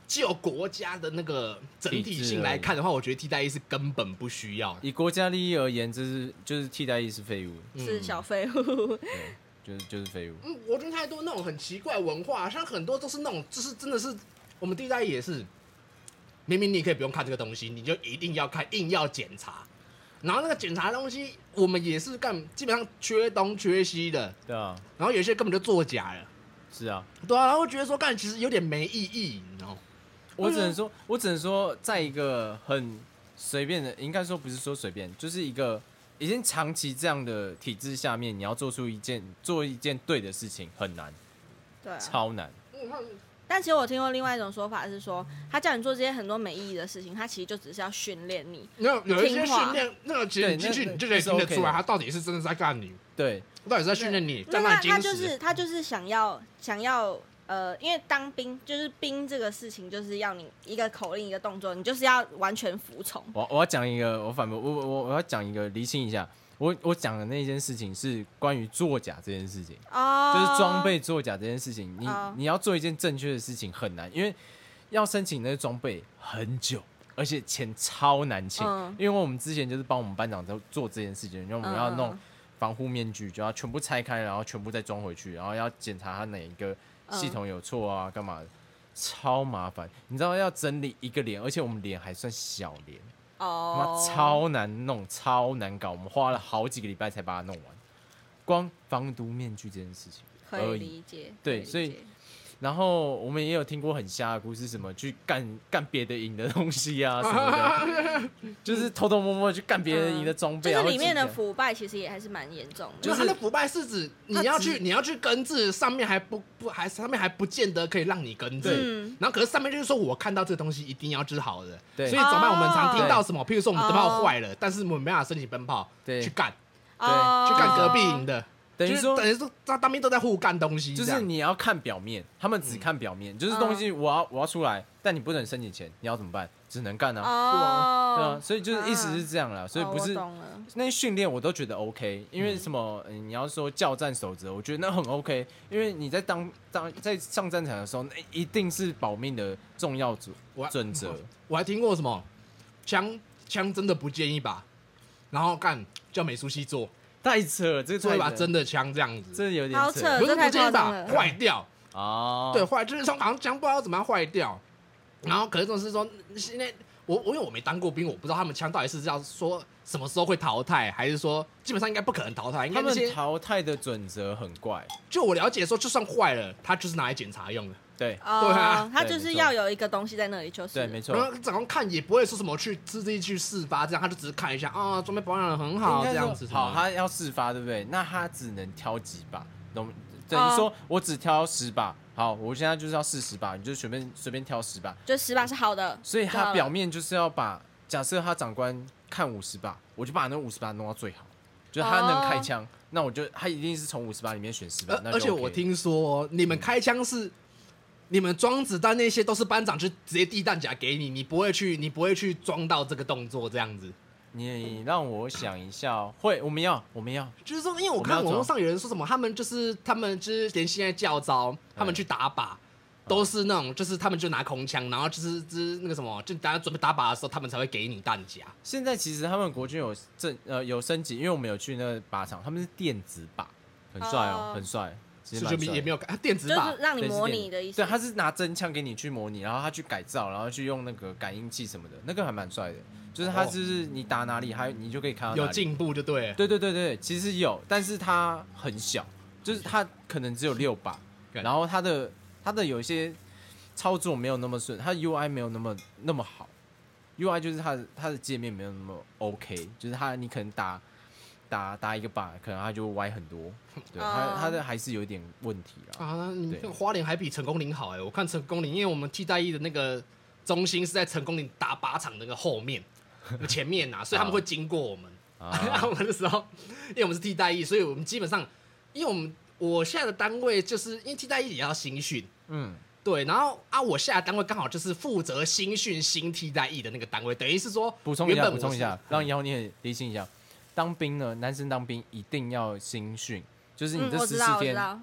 S2: 就国家的那个整
S3: 体
S2: 体
S3: 制
S2: 性
S3: 而
S2: 来
S3: 已
S2: 看的话，我觉得替代役是根本不需要。
S3: 以国家利益而言，这是就是替代役是废物，
S1: 是小废物，
S3: 对，就是就是废物。
S2: 嗯，国军太多那种很奇怪的文化，像很多都是那种，就是真的是我们地带也是，明明你也可以不用看这个东西，你就一定要看，硬要检查。然后那个检查的东西，我们也是干，基本上缺东缺西的，
S3: 对啊，
S2: 然后有些根本就作假了，
S3: 是啊，
S2: 对啊，然后觉得说干其实有点没意义，你知道吗？
S3: 我只能说，我只能说，在一个很随便的，应该说不是说随便，就是一个已经长期这样的体制下面，你要做出一件做一件对的事情很难，
S1: 对、啊。
S3: 超难。
S1: 但其实我听过另外一种说法是说，他叫你做这些很多没意义的事情，他其实就只是要训练你。
S2: 那有一些
S1: 听话
S2: 训练，那个其实
S3: 对
S2: 你进去
S3: 那
S2: 你就可以听得
S3: 那是
S2: 出
S3: OK 的
S2: 来，他到底是真的在干你，
S3: 对，
S2: 到底是在训练你，在
S1: 那
S2: 那
S1: 他
S2: 里
S1: 他
S2: 矜
S1: 就
S2: 持。
S1: 是他就是想要想要呃，因为当兵就是兵这个事情，就是要你一个口令一个动作，你就是要完全服从。
S3: 我我要讲一个，我反驳，我我我要讲一个，厘清一下，我我讲的那件事情是关于作假这件事情。
S1: 哦，
S3: 就是装备作假这件事情，你、
S1: 哦
S3: 你要做一件正确的事情很难，因为要申请那个装备很久，而且钱超难请。
S1: 嗯
S3: 因为我们之前就是帮我们班长在做这件事情，因为我们要
S1: 嗯嗯
S3: 弄
S1: 嗯
S3: 防护面具，就要全部拆开，然后全部再装回去，然后要检查它哪一个
S1: 嗯
S3: 系统有错啊，干嘛的，超麻烦。你知道要整理一个脸，而且我们脸还算小脸，他
S1: 哦
S3: 妈，超难弄，超难搞，我们花了好几个礼拜才把它弄完。光防毒面具这件事情
S1: 可
S3: 而
S1: 以
S3: 已，
S1: 理解。
S3: 对
S1: 可理解
S3: 所以然后我们也有听过很瞎的故事，什么去干干别的营的东西 啊什么的，就是偷偷摸摸去干别人营的装备
S1: 就
S3: 啊，
S1: 是里面的
S3: 或者是
S1: 腐败其实也还是蛮严重的。
S2: 就
S3: 就是是
S2: 他的腐败是指你
S3: 他
S2: 要
S3: 只
S2: 去你要去根治，上面还不不还上面还不见得可以让你根治。
S3: 对
S1: 嗯
S2: 然后可是上面就是说我看到这个东西一定要治好的，所
S3: 对
S2: 以怎么办？
S1: 哦
S2: 我们常听到什么，譬如说我们灯泡
S1: 哦
S2: 坏了，但是我们没办法申请奔跑，
S3: 对
S2: 去干
S1: 哦，
S2: 去干隔壁营的，
S3: 等于
S2: 就是
S3: 说
S2: 等于说他当兵都在互干东西，
S3: 就是你要看表面，他们
S2: 嗯
S3: 只看表面，
S1: 嗯
S3: 就是东西我要我要出来，但你不能申请钱，你要怎么办？只能干啊，对啊
S1: 哦，，
S3: 所以就是意思是
S1: 啊，
S3: 这样啦，所以
S1: 哦
S3: 不
S1: 我
S3: 是
S1: 懂了
S3: 那些训练我都觉得 OK，因为什么？嗯、你要说教战守则，我觉得那很 OK，因为你在当当在上战场的时候，那一定是保命的重要准
S2: 我
S3: 准则。
S2: 我还听过什么枪枪真的不建议吧，然后干叫美术系做
S3: 太扯了，这个
S2: 做
S3: 太
S2: 一把
S3: 扯
S2: 真的枪这样子，
S3: 这有点
S1: 好扯
S2: 不
S1: 这
S2: 是
S1: 太
S2: 不建
S1: 夸张
S2: 议吧
S1: 了，
S2: 坏掉。
S3: 哦，
S2: 对，，坏就是说好像枪不知道怎么样坏掉，然后可是就是说现在我我因为我没当过兵，我不知道他们枪到底是要说什么时候会淘汰，还是说基本上应该不可能淘汰，应该
S3: 他
S2: 那些
S3: 们淘汰的准则很怪，
S2: 就我了解说，就算坏了，它就是拿来检查用的。
S3: 对、
S2: 对啊
S1: 哦，他
S3: 对
S1: 就是
S3: 没错
S1: 要有一个东西在那里，就是
S3: 对，没
S1: 错，
S3: 错
S2: 然。后长官看也不会说什么去自己去试发这样，他就只是看一下啊，装备保养的很好
S3: 应该
S2: 这
S3: 说
S2: 样子。
S3: 好，
S2: 他
S3: 他要试发，对不对？那他只能挑几把，懂？等
S1: 哦
S3: 于说我只挑十把，好，我现在就是要试十把，你就随便随便挑十把，
S1: 就十把是好的，
S3: 所以
S1: 知道
S3: 他
S1: 了
S3: 表面就是要把，假设他长官看五十把，我就把那五十把弄到最好，就是他能开
S1: 哦
S3: 枪，那我就他一定是从五十把里面选十把。那
S2: 呃
S3: 就
S2: 而而且
S3: OK
S2: 我听说你们开枪是。你们装子弹那些都是班长就直接递弹夹给你，你不会去，你不会去装到这个动作这样子。
S3: 你让我想一下哦，会，我们要，我们要，
S2: 就是说，因为我
S3: 我们要
S2: 看
S3: 做
S2: 网络上有人说什么，他们就是他们就是连现在教招，他们去打靶。都是那种，就是他们就拿空枪，然后就是就是那个什么，就大家准备打靶的时候，他们才会给你弹夹。
S3: 现在其实他们国军有正呃有升级，因为我们有去那个靶场，他们是电子靶，很帅哦
S1: 哦，
S3: 很帅，其实
S2: 是就
S3: 蛮帅
S2: 没
S3: 的
S2: 也没有改啊电子
S1: 就
S2: 靶
S1: 是，让你
S3: 对是
S1: 模
S3: 电
S1: 拟的意思。
S3: 对，他是拿真枪给你去模拟，然后他去改造，然后去用那个感应器什么的，那个还蛮帅的。就是他
S2: 哦
S3: 就是你打哪里，还你就可以看到哪
S2: 有
S3: 里。
S2: 进步就对了。
S3: 对对对对，其实有，但是它很小，就是它可能只有六把，
S2: 干
S3: 然后它的它的有一些操作没有那么顺，它的 UI 没有那么那么好，UI 就是它的它的界面没有那么 OK，就是它你可能打打打一个靶，可能它就会歪很多，对，它
S1: 哦
S3: 它的还是有一点问题啦。
S2: 啊，那你们
S3: 对
S2: 这个花莲还比成功岭好哎、我看成功岭，因为我们替代役的那个中心是在成功岭打靶场那个后面、前面呐、啊所以他们会经过我们。啊，
S3: 啊，
S2: 我们那时候，因为我们是替代役，所以我们基本上，因为我们我下的单位就是因为替代役也要新训，
S3: 嗯，
S2: 对，然后啊，我下的单位刚好就是负责新训新替代役的那个单位，等于是说
S3: 补充一
S2: 原
S3: 下，
S2: 本
S3: 补
S2: 我
S3: 充
S2: 是
S3: 一下，让妖孽理清一下。当兵呢，男生当兵一定要新训，就是你
S1: 嗯，
S3: 这
S1: 我
S3: 十
S1: 知道，
S3: 四
S1: 我知
S3: 天
S1: 道。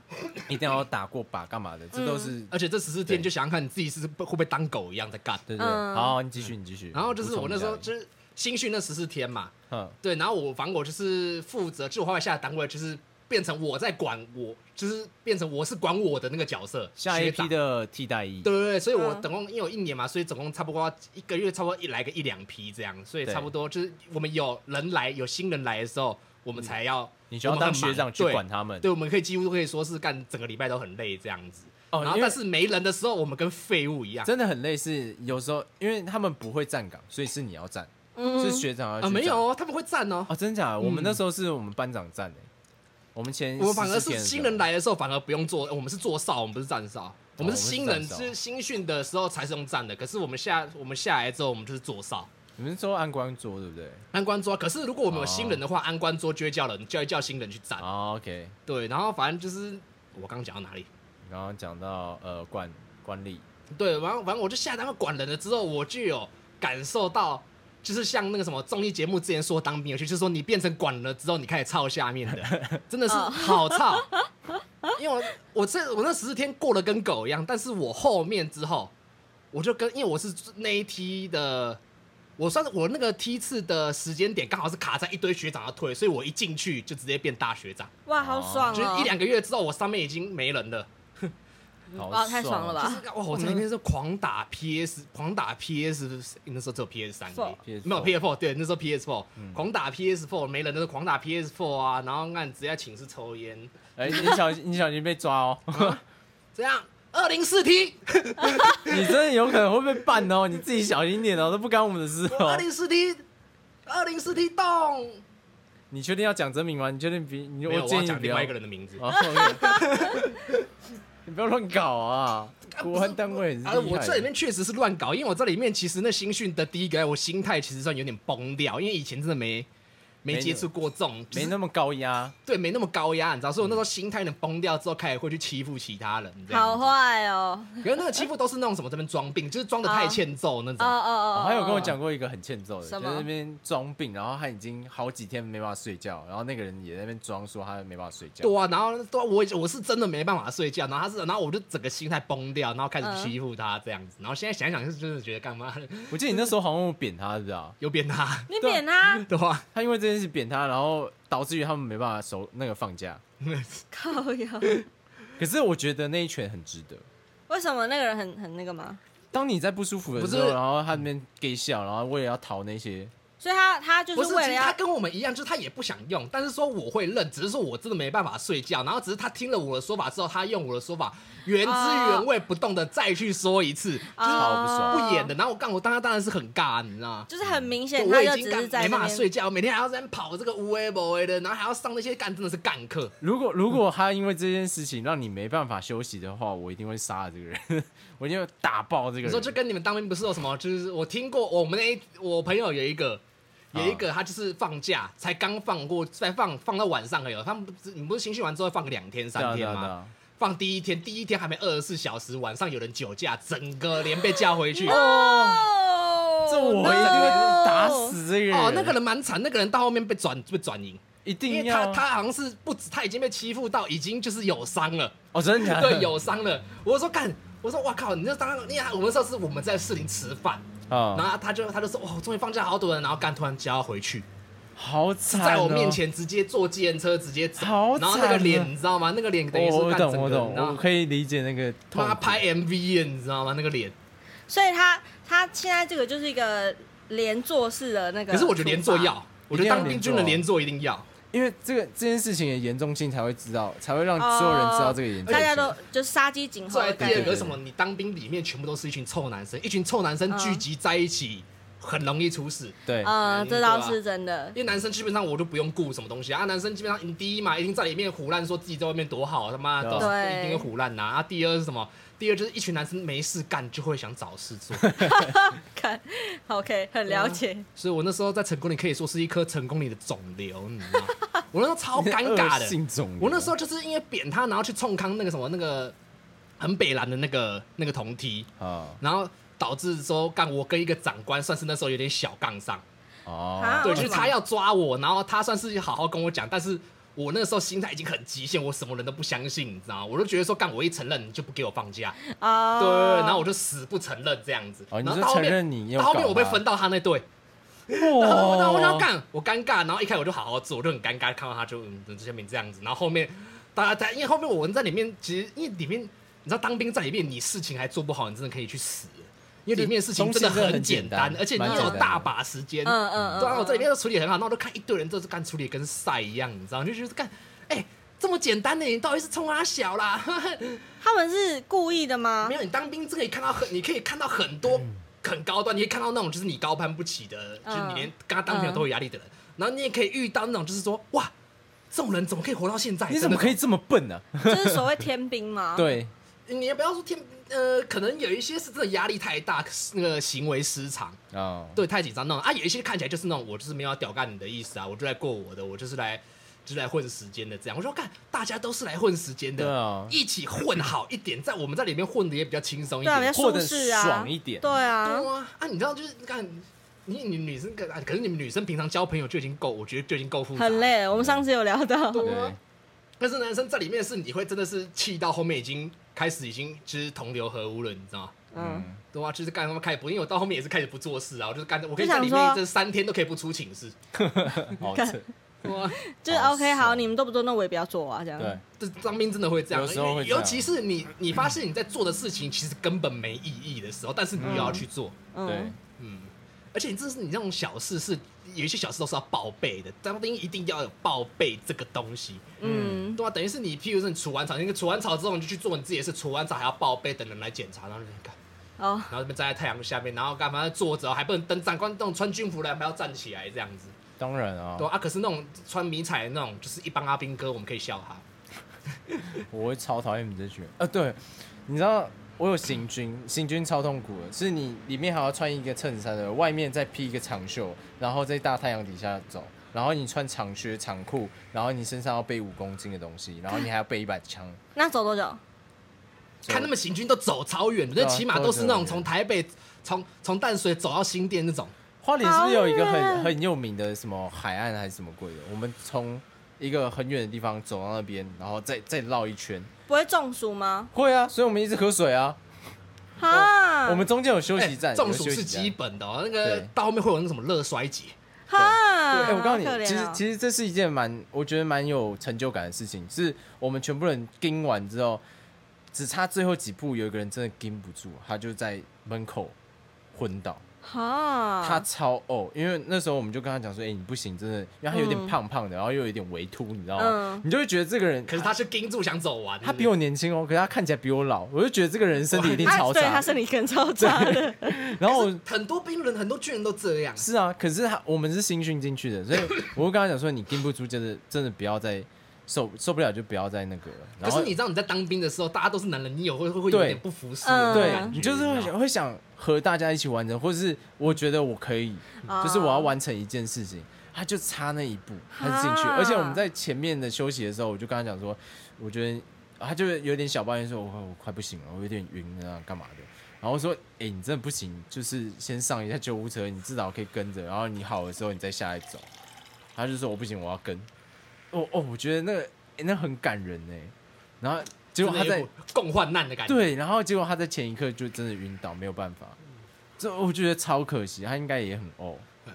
S3: 一定要打过靶干嘛的，这都
S1: 嗯
S3: 是、
S2: 而且这十四天
S3: 对
S2: 就想想看你自己是不会不会当狗一样在干。
S3: 对对对。
S1: 嗯
S3: 好，你继续，你继续。
S2: 然后就是我那时候
S3: 补充嗯
S2: 就是新训那十四天嘛，
S3: 一下而已，
S2: 对，然后我反正我就是负责，就我后来下的单位就是变成我在管我，就是变成我是管我的那个角色，
S3: 嗯，下一
S2: 学长
S3: 批的替代役，
S2: 对对对，所以我
S1: 嗯
S2: 总共因为有一年嘛，所以总共差不多一个月，差不多一来个一两批这样，所以
S3: 对
S2: 差不多就是我们有人来，有新人来的时候，我们才要
S3: 嗯你需要当学长去
S2: 我们很忙
S3: 管他们
S2: 对，。对，我们可以几乎可以说是干整个礼拜都很累这样子。
S3: 哦
S2: 然后
S3: 因为
S2: 但是没人的时候，我们跟废物一样。
S3: 真的很类似，有时候因为他们不会站岗，所以是你要站，是
S1: 嗯，
S3: 学长要去
S2: 啊，
S3: 站。
S2: 没有哦，他们会站哦。
S3: 哦，真假的？我们那时候是我们班长站的，我们前
S2: 我们反而
S3: 14天
S2: 是
S3: 的时候
S2: 新人，来的时候，反而不用做，我们是做哨，我们不是站哨。我们是新
S3: 哦我
S2: 人，
S3: 们是站哨
S2: 是新训的时候才是用站的。可是我们下我们下来之后，我们就是做哨。
S3: 你们是说按官桌对不对？
S2: 安官桌，可是如果我们有新人的话，安官桌就会叫人，就会叫新人去站。
S3: 哦，OK，
S2: 对，然后反正就是我刚刚讲到哪里？
S3: 你刚刚讲到呃管管理，
S2: 对，然后反正我就下单位管人了之后，我就有感受到，就是像那个什么综艺节目之前说当兵有趣，就是说你变成管人了之后，你开始操下面的，真的是
S1: 哦
S2: 好操。因为我我这我那十四天过得跟狗一样，但是我后面之后，我就跟因为我是那一梯的。我算是我那个梯次的时间点刚好是卡在一堆学长要退，所以我一进去就直接变大学长。
S1: 哇，好爽
S2: 就是一
S1: 哦！
S2: 两个月之后，我上面已经没人了。
S3: 好
S1: 嗯哇太爽了吧
S2: 就是哇，我在那边是狂打 PS，狂打 PS，那时候只有 PS 三
S1: Four，
S2: 没有 PS Four，对，那时候 PS Four，、狂
S3: 嗯
S2: 打 PS Four，没人的时候狂打 PS Four 啊，然后按直接在寝室抽烟，
S3: 哎，你小心，你小心被抓哦！
S1: 嗯
S2: 这样二零四 T，
S3: 你真的有可能会被办哦，你自己小心点哦，这不干我们的事
S2: 二
S3: 哦。
S2: 零四 T，二零四 T 动，
S3: 你确定要讲真名吗？你确定比你
S2: 没有，我
S3: 建
S2: 要
S3: 议你
S2: 讲
S3: 不
S2: 另
S3: 要
S2: 外一个人的名字。
S3: 哦，OK 你不要乱搞啊！国安单位很厉
S2: 啊
S3: 害，的
S2: 我这里面确实是乱搞，因为我这里面其实那新训的第一个月，我心态其实算有点崩掉，因为以前真的没没
S3: 没
S2: 接
S3: 那
S2: 触过这种，就是
S3: 没那嗯么高压，
S2: 对，没那么高压，你知道，所以我那时候心态能崩掉之后，开始会去欺负其他人，这样
S1: 好坏哦！
S2: 可是那个欺负都是那种什么这边装病，就是装的太欠揍那
S1: 哦
S2: 种。
S1: 哦哦
S3: 哦
S1: 哦，
S3: 还有跟我讲过一个很欠揍的，
S1: 什
S3: 就
S1: 么
S3: 在那边装病，然后他已经好几天没办法睡觉，然后那个人也在那边装说他没办法睡觉。
S2: 对啊，然后对啊，我我是真的没办法睡觉，然后他是，然后我就整个心态崩掉，然后开
S1: 嗯
S2: 始欺负他这样子，然后现在想一想就是真的觉得干嘛
S3: 我记得你那时候好像有扁他，是不是啊？
S2: 有扁他，
S1: 你啊扁他，
S2: 对啊吧、
S3: 他因为这件事扁他，然后导致于他们没办法收那个放假。
S1: 靠呀！
S3: 可是我觉得那一拳很值得。
S1: 为什么那个人很很那个吗？
S3: 当你在不舒服的
S2: 不
S3: 时
S2: 是
S3: 候，然后他那边给笑，然后为了要逃那些，
S1: 所以他他就
S2: 不
S1: 是
S2: 是，
S1: 为
S2: 其
S1: 了
S2: 实
S1: 要
S2: 他跟我们一样，就是他也不想用，但是说我会认，只是说我真的没办法睡觉，然后只是他听了我的说法之后，他用我的说法原汁
S1: 啊
S2: 原味不动的再去说一次，
S3: 好不爽
S2: 不演的，，然后我干，我当时当然是很尬，你知道吗？
S1: 哦就是很明
S2: 对
S1: 显，
S2: 我
S1: 他
S2: 已
S1: 就
S2: 经
S1: 只
S2: 干
S1: 是在
S2: 没
S1: 那
S2: 办法
S1: 边。
S2: 睡觉，每天还要在那边跑这个无为不为的，然后还要上那些干，真的是干课。
S3: 如果如果他因为这件事情让你没办法休息的话，我一定会杀了这个人， 我一定会打爆这个
S2: 你说就
S3: 人。
S2: 跟你们当兵不是有什么？就是我听过我们那一我朋友有一个。有一个他就是放假，才刚放过，才放放到晚上而已哦。他们不是你们不是新训完之后放两
S3: 对
S2: 天
S3: 啊
S2: 三天
S3: 对啊对
S2: 吗？
S3: 啊
S2: 放第一天，第一
S3: 哦
S2: 天还没二十四小时，晚上有人酒驾，整个连被叫回去。
S1: 哦，
S3: 这我一定会打死这个人。
S2: 哦，那个人蛮惨，那个人到后面被转被转赢，
S3: 一
S2: 因
S3: 定
S2: 为
S3: 要
S2: 他他好像是不止他已经被欺负到已经就是有伤了，
S3: 哦，真的假的？
S2: 对，有伤了。我说干，我说哇靠，你这当你看我们上次我们在士林吃饭，然
S3: 啊，
S2: 后他就他就说哇，我终于放假好久了，然后干突然就要回去，
S3: 好惨哦！
S2: 在我面前直接坐计程车直接走，
S3: 好
S2: 然后
S3: 惨
S2: 那个脸
S3: 啊
S2: 你知道吗？那个脸等于
S3: 我，
S2: 说
S3: 哦我
S2: 干
S3: 懂，
S2: 整
S3: 我
S2: 个，
S3: 懂，
S2: 然
S3: 我
S2: 后
S3: 可以理解那个痛苦。
S2: 他拍 MV 耶，你知道吗？那个脸。
S1: 所以他他现在这个就是一个连坐式的那个处罚。
S2: 可是我觉得连坐要，我觉得当兵军人连啊坐一定要，
S3: 因为这个这件事情的严重性才会知道，才会让所有人知道这个严重性。
S1: 哦大家都就是杀鸡儆猴
S2: 再来
S1: 的
S2: 第
S1: 感
S2: 二
S1: 觉。
S2: 个是什么？你当兵里面全部都是一群臭男生，一群臭男生
S1: 嗯
S2: 聚集在一起，很容易出事。
S3: 对，
S1: 嗯，
S2: 嗯
S1: 这倒是真的
S2: 因。为男生基本上我就不用顾什么东西啊，男生基本上你第一嘛，一定在里面胡乱说自己在外面多好，他妈
S3: 对
S2: 到时候
S1: 对
S2: 一定会胡乱呐。啊，第二是什么？第二就是一群男生没事干就会想找事做，
S1: 看，OK，很了解。
S2: 所以我那时候在成功里可以说是一颗成功里的肿瘤，你知道吗？我那时候超尴 尬的，
S3: 性肿瘤。
S2: 我那时候就是因为扁他，然后去冲康那个什么那个很北蓝的那个那个铜梯，
S3: 啊
S2: 然后导致说干我跟一个长官算是那时候有点小杠上，
S1: 啊
S3: 哦，
S2: 对，
S1: 为
S2: 就
S1: 什
S2: 是
S1: 么
S2: 他要抓我，然后他算是好好跟我讲，但是我那个时候心态已经很极限，我什么人都不相信，你知道吗？我就觉得说干我一承认你就不给我放假，
S1: 哦，
S2: 对，然后我就死不承认这样子，
S3: 啊哦你
S2: 然后
S3: 就
S2: 到后面
S3: 承认你有
S2: 到后面
S3: 搞
S2: 我被
S3: 他
S2: 分到他那队，然后我我想
S3: 哇，
S2: 干，我尴尬，然后一开始我就好好做，我就很尴尬，看到他就嗯，这下面这样子，然后后面大家在，因为后面我们在里面，其实因为里面你知道当兵在里面，你事情还做不好，你真的可以去死，因为里面的事情真的很简单，
S3: 东
S2: 而
S3: 西
S2: 且
S3: 真
S2: 你
S3: 的很
S2: 有
S3: 简单
S2: 大把时间，
S1: 嗯嗯嗯嗯
S2: 对啊，我在里面都处理很好，然后我都看一堆人都是干处理跟晒一样，你知道，就觉得干，哎、这么简单呢、你到底是冲他小啦？
S1: 他们是故意的吗
S2: 没？有，你当兵这个可以看到很，你可以看到很多
S3: 嗯
S2: 很高端，你可以看到那种就是你高攀不起的，
S1: 嗯
S2: 就是你连跟他当朋友都有压力的人，然后你也可以遇到那种就是说，哇，这种人怎么可以活到现在？
S3: 你怎么可以？这么笨呢？
S1: 就是所谓天兵吗？，
S3: 对，
S2: 你也不要说天，呃，可能有一些是真的压力太大，那个行为失常，
S3: 哦，
S2: 对，太紧张那种啊，有一些看起来就是那种我就是没有要屌干你的意思啊，我就来过我的，我就是来。就是来混时间的，这样我说看，大家都是来混时间的，
S3: 对啊
S2: 一起混好一点，在我们在里面混的也比较轻松一
S1: 对啊，
S2: 点
S1: 比较，
S3: 或
S1: 舒
S3: 者
S1: 适啊，
S3: 爽一点
S1: 对啊，
S2: 对啊，啊，你知道就是你看，你你女生跟啊，可是你们女生平常交朋友就已经够，我觉得就已经够复杂，
S1: 很。累了。我们上次有聊到，
S2: 对
S3: 对
S2: 但是男生在里面是你会真的是气到后面已经开始已经就是同流合污了，你知道吗？
S1: 嗯，
S2: 对啊，就是干他妈开始不，因为我到后面也是开始不做事啊，我就是干，我可以
S1: 就想
S2: 在里
S1: 说
S2: 面这三天都可以不出寝室，
S3: 哦，
S1: 干
S3: 这
S2: 哇，
S1: 就是 OK，
S3: 爽
S1: 好，你们都不做，那我也不要做啊，这样。
S3: 对，
S2: 这当兵真的会这样，
S3: 有时候会这
S2: 尤
S3: 样
S2: 其是你你发现你在做的事情其实根本没意义的时候，但是你又要去做，
S3: 对
S1: 嗯，，
S2: 而且你这是你这种小事是有一些小事都是要报备的，当兵一定要有报备这个东西。
S1: 嗯，
S2: 对啊，等于是你，譬如说你除完草，那个除完草之后你就去做你自己的事，除完草还要报备，等人来检查，然后就干，
S1: 哦，
S2: 然后这边站在太阳下面，然后干嘛坐着还不能等长官那种穿军服的还要站起来这样子，
S3: 当然啊
S2: 对，啊，啊可是那种穿迷彩的那种就是一帮阿兵哥，我们可以笑他，
S3: 我会超讨厌你们这群人啊！对，你知道我有行军，行军超痛苦的，是你里面还要穿一个衬衫的，外面再披一个长袖，然后在大太阳底下走，然后你穿长靴长裤，然后你身上要背五公斤的东西，然后你还要背一把枪，
S1: 那走多久？
S2: 看他们行军都走超远的，
S3: 对
S2: 那
S3: 啊
S2: 起码都是那
S3: 都
S2: 种
S3: 是
S2: 从台北从从淡水走到新店那种，
S3: 花莲是不是有一个
S1: 好
S3: 很
S1: 远
S3: 很有名的什么海岸还是什么鬼的？我们从一个很远的地方走到那边，然后再再绕一圈。
S1: 不会中暑吗？
S3: 会啊，所以我们一直喝水啊。
S1: 哈，
S3: 我们中间有休息站，
S2: 哎中
S3: 有
S2: 暑
S3: 休息
S2: 是
S3: 站
S2: 基本的、哦，那个
S3: 对
S2: 到后面会有那个什么热衰竭。
S1: 哈，
S3: 哎、我告诉你
S1: 好可，怜
S3: 其实
S1: 哦
S3: 其实这是一件蛮，我觉得蛮有成就感的事情，是我们全部人盯完之后，只差最后几步，有一个人真的盯不住，他就在门口昏倒，
S1: 哈，
S3: 他超呕，因为那时候我们就跟他讲说，哎、你不行，真的，因为他有点胖胖的，然后又有一点微凸，你知道吗？
S1: 嗯
S3: 你就会觉得这个人，
S2: 可是他是盯住想走完，
S3: 他比我年轻哦，可是他看起来比我老，我就觉得这个人身体一定
S1: 他
S3: 超
S1: 啊对
S3: 差
S1: 他，身体更超差的，
S3: 然后我
S2: 很多兵人、很多军人都这样。
S3: 是啊，可是他我们是新训进去的，所以我就跟他讲说，你盯不住，真的真的不要再受受不了就不要再那个了。
S2: 可
S3: 然后
S2: 是你知道你在当兵的时候，大家都是男人，你有会会会有
S3: 对
S2: 点不服
S1: 嗯
S2: 输的那种
S3: 对
S2: 感觉，
S3: 你就是会
S2: 知道
S3: 想会想和大家一起完成，或者是我觉得我可以，
S1: 哦
S3: 就是我要完成一件事情，他就差那一步，他就进去。
S1: 啊
S3: 而且我们在前面的休息的时候，我就跟他讲哦说，我觉得他就有点小抱怨说，我我快不行了，我有点晕啊，干嘛的。然然后说，哎、你真的不行，就是先上一下救护车，你至少可以跟着，然后你好的时候你再下来走。他就说我不行，我要跟。哦哦，我觉得那个、诶那很感人呢。然后结果他
S2: 真的有
S3: 在
S2: 一股共患难的感觉。，
S3: 对，然后结果他在前一刻就真的晕倒，没有办法。这我觉得超可惜，他应该也很哦。
S2: 哦